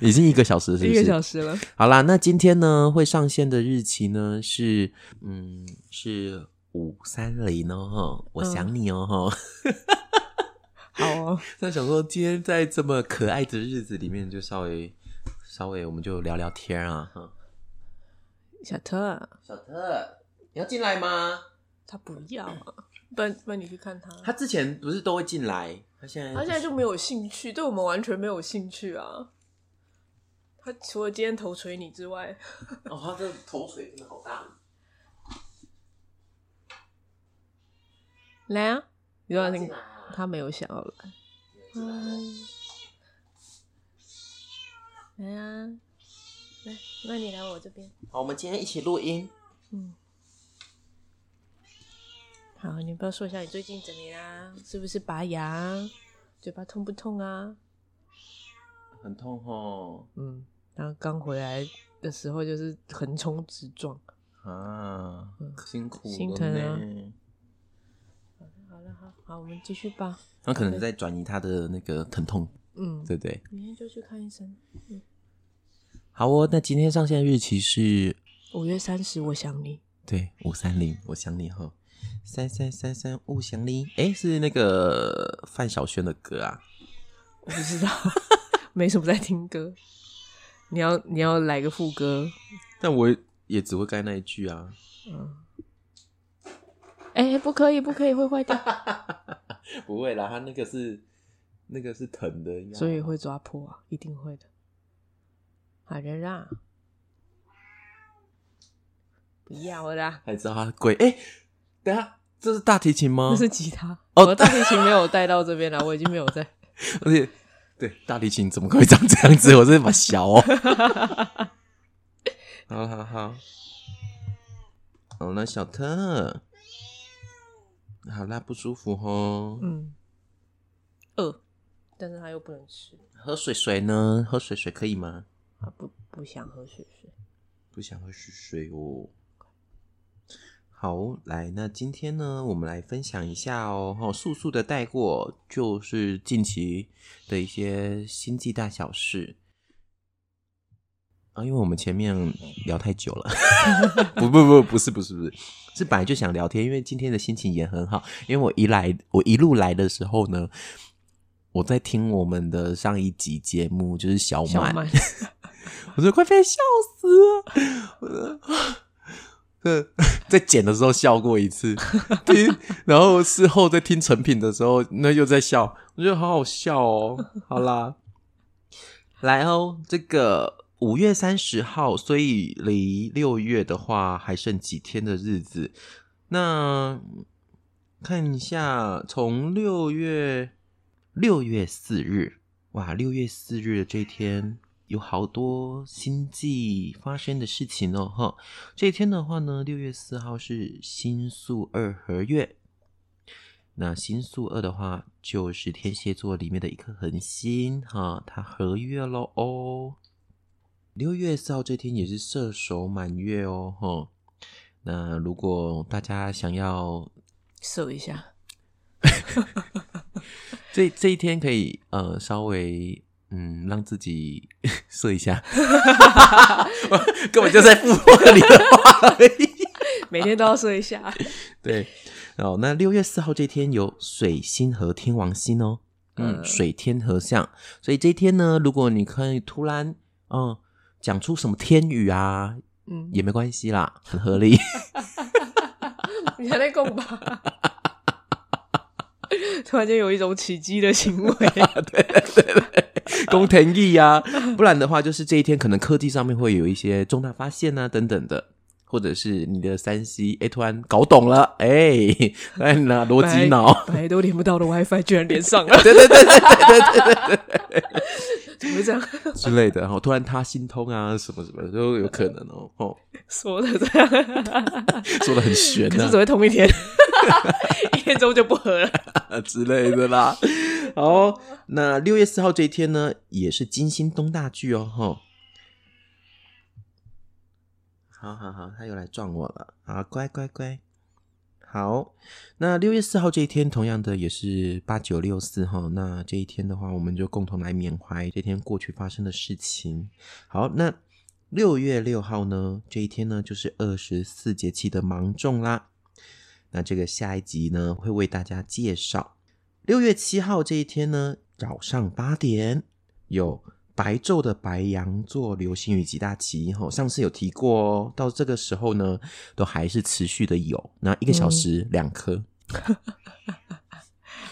已经一个小时了，是
一
不
个
是？
小 时了，
好啦，那今天呢会上线的日期呢是嗯是五三零哦哈，我想你哦哈。
嗯 好哦，
那、想说今天在这么可爱的日子里面，就稍微稍微我们就聊聊天啊哈。
小特啊、
小特，你要进来吗？
他不要啊，不然不然你去看他，
他之前不是都会进来，他现在
他现嗯在就没有兴趣，对我们完全没有兴趣啊。他除了今天头锤你之外，
哦，他的头锤真的好大。
来啊，你让他听
进来啊，
他没有想要来。
进来了
嗯那啊你来我这边。
好，我们今天一起录音。
好，你不要说一下你最近怎么样？是不是拔牙？嘴巴痛不痛啊？
很痛哦，
嗯，然后刚回来的时候就是横冲直撞。
啊，辛苦
心
了
疼啊
呢。
好了，好好，我们继续吧。
那可能是在转移他的那个疼痛，
嗯，
对不对？
明天就去看医生。
好哦，那今天上线日期是
五月三十，我想你。
对五三零，我想你后三三三三五想你，哎，是那个范晓萱的歌啊。
我不知道， 没什么在听歌。你要你要来个副歌？
但我也只会该那一句啊。
嗯哎、不可以，不可以，会坏掉，
不会啦，他那个是那个是疼的，应该
所以会抓破啊，一定会的。啊好人啦，不要啦，
还知道他鬼。哎、等一下，这是大提琴 吗？
那是吉他。
哦
我的大提琴没有带到这边了，我已经没有 在。
而且对大提琴怎么可以长这样子？ 我真的把小 哦。好好好，好了，小特，好啦，不舒服哦。
嗯， 饿，但是他又不能吃，
喝水水呢？喝水水可以吗？
他不不想喝水水。
不想喝水水哦。好，来，那今天呢，我们来分享一下哦，哈，速速的带过，就是近期的一些星际大小事啊，因为我们前面聊太久了， 不不不，不是不是不是，是本来就想聊天，因为今天的心情也很好，因为我一来，我一路来的时候呢，我在听我们的上一集节目，就是小
小
满，
满，
我就快被笑死了。 我的呃， 在剪的时候笑过一次， 听，然后事后在听成品的时候，那又在笑，我觉得好好笑哦。好啦，来哦，这个五月三十号，所以离六月的话还剩几天的日子。那看一下，从六月六月四日，哇，六月四日的这一天有好多星际发生的事情哦，哈。这一天的话呢，六月四号是星宿二合月。那星宿二的话，就是天蝎座里面的一颗恒星哈，它合月喽哦。六月四号这天也是射手满月哦，哈。那如果大家想要
射一下，
这这一天可以呃稍微嗯让自己 射一下，我根本就在附和你的话而已。
每天都要射一 下。
对，哦，那六月四号这天有水星和天王星哦，嗯，
嗯
水天合相，所以这一天呢，如果你可以突然嗯讲出什么天语啊，
嗯，
也没关系啦，很合理。
你还在供吧？ 突然间有一种起鸡的行为，
工藤义呀、不然的话就是这一天可能科技上面会有一些重大发现啊等等的，或者是你的三 C 哎、突然搞懂了哎，哎那逻辑脑，
本来都连不到的 WiFi 居然连上了，
对对对对
怎么会这样？
之类的，然哦后突然他心通啊什么什么的都有可能哦，哦，
说的这样，
做的很玄
可是
啊
只会同一天， 一天中就不合 了。
之类的啦。好，那六月四号这一天呢，也是金星东大剧哦，吼。好好好，他又来撞我了，好，乖乖乖。好，那六月四号这一天，同样的也是八九六四哈。那这一天的话，我们就共同来缅怀这天过去发生的事情。好，那六月六号呢，这一天呢就是二十四节气的芒种啦。那这个下一集呢会为大家介绍。六月七号这一天呢，早上八点有白昼的白羊座流星雨极大期，吼，上次有提过哦。到这个时候呢，都还是持续的有，那一个小时两颗，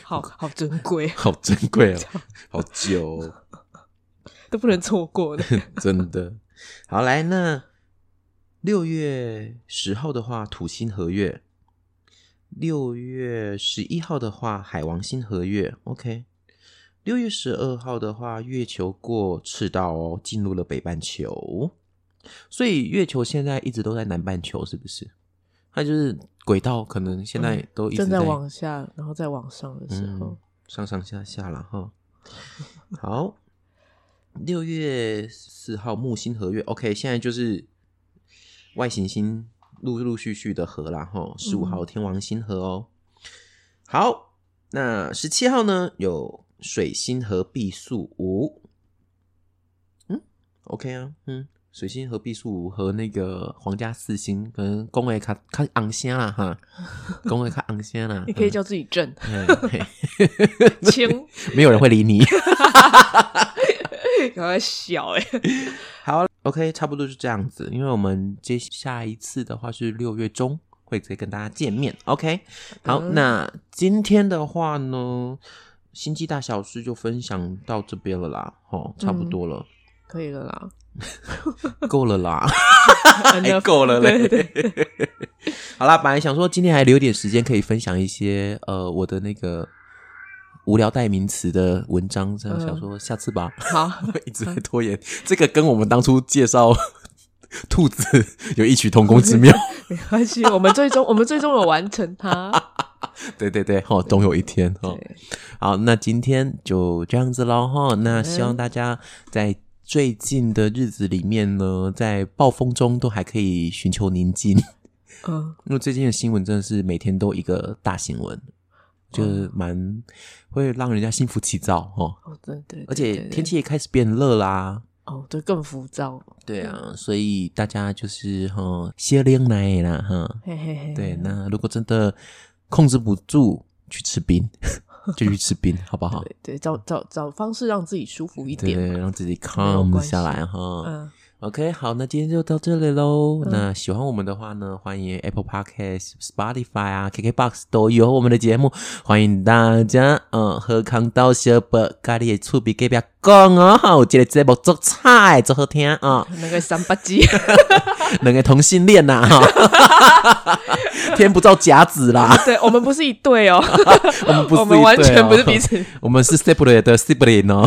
好好珍贵，
好珍 贵哦，好久、哦。
都不能错过的。
真的。好，来，那六月十号的话，土星合月；六月十一号的话，海王星合月。OK。六月十二号的话，月球过赤道哦，进入了北半球。所以月球现在一直都在南半球，是不是？它就是轨道，可能现在都一直
嗯正在往下，然后再往上的时候
嗯，上上下下了哈。好，六月四号木星合月，OK，现在就是外行星陆陆续续的合啦哈，十五
嗯
号天王星合哦。好，那十七号呢有水星合毕宿五，嗯，OK 啊，嗯。水星合毕宿五和那个皇家四星，可能宫位卡卡昂先啦 哈，宫位卡昂先啦，
你可以
嗯
叫自己 正
嘿
轻，
没有人会理你。
赶快笑哎、欸
OK，差不多就这样子，因为我们接下一次的话是六月中会再跟大家见面。OK，好，
嗯
那今天的话呢，星际大小事就分享到这边了啦，哦，差不多了，
可以 了啦，
够了 啦，还
Enough
哎够了嘞。
对对
好啦，本来想说今天还留点时间可以分享一些呃我的那个无聊代名词的文章，这样想
嗯
说下次吧。
好，
一直在拖延，这个跟我们当初介绍 兔子有异曲同工之妙。
没关系，我们最终我们最终有完成它。
对对对，哈，总有一天哈。
对，
好，那今天就这样子喽哈。那希望大家在最近的日子里面呢，在暴风中都还可以寻求宁静，
嗯，
因为最近的新闻真的是每天都一个大新闻。就是蛮会让人家心浮气躁哈，
哦，对对，对
而
对
且
对
天气也开始变热啦，
哦，对，更浮躁，
对啊，所以大家就是哈，歇凉奶啦哈，
嘿嘿嘿，
对，那如果真的控制不住，去吃冰，就去吃冰，好不好？
对对，找找找方式让自己舒服一
对哦
点
对，
嘛，
让自己
没有
calm
关系
下来哈。
嗯，
OK，好，那今天就到这里喽。那喜欢我们的话呢，欢迎 Apple Podcast、Spotify 啊、KKBox 都有我们的节目，欢迎大家嗯，喝康到小白，家里的厝边隔壁讲哦，有这个节目做菜做好听哦。
那个三八鸡，
两个同性恋呐、哈，天不造甲子啦，
对我们不是一对哦，
我们啊不是、 哦
我们完全不是彼，此，
我们是 separate 的 sibling 哦。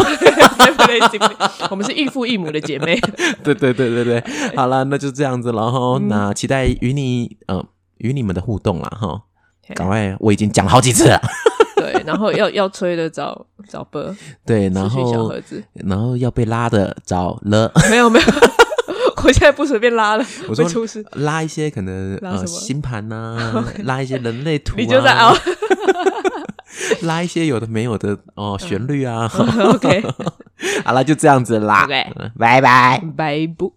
我们是异父异母的姐妹。
对对对对对，
哎
好了，那就这样子了哈。
嗯
那期待与你呃与你们的互动啦哈。
嘿
赶快，我已经讲了好几次 了。
对，然后要要吹的找找波，
对，然
失去小
后
盒子，
然后要被拉的找了，
没有没有， 我现在不随便拉了，
我
会
说
出事。
拉一些可能
拉
呃
什么
星盘 呐、拉一些人类图、啊，
你就在哦熬
拉一些有的没有的
嗯
哦旋律啊。
，OK，
好了，就这样子啦
OK，
嗯拜拜。
拜不。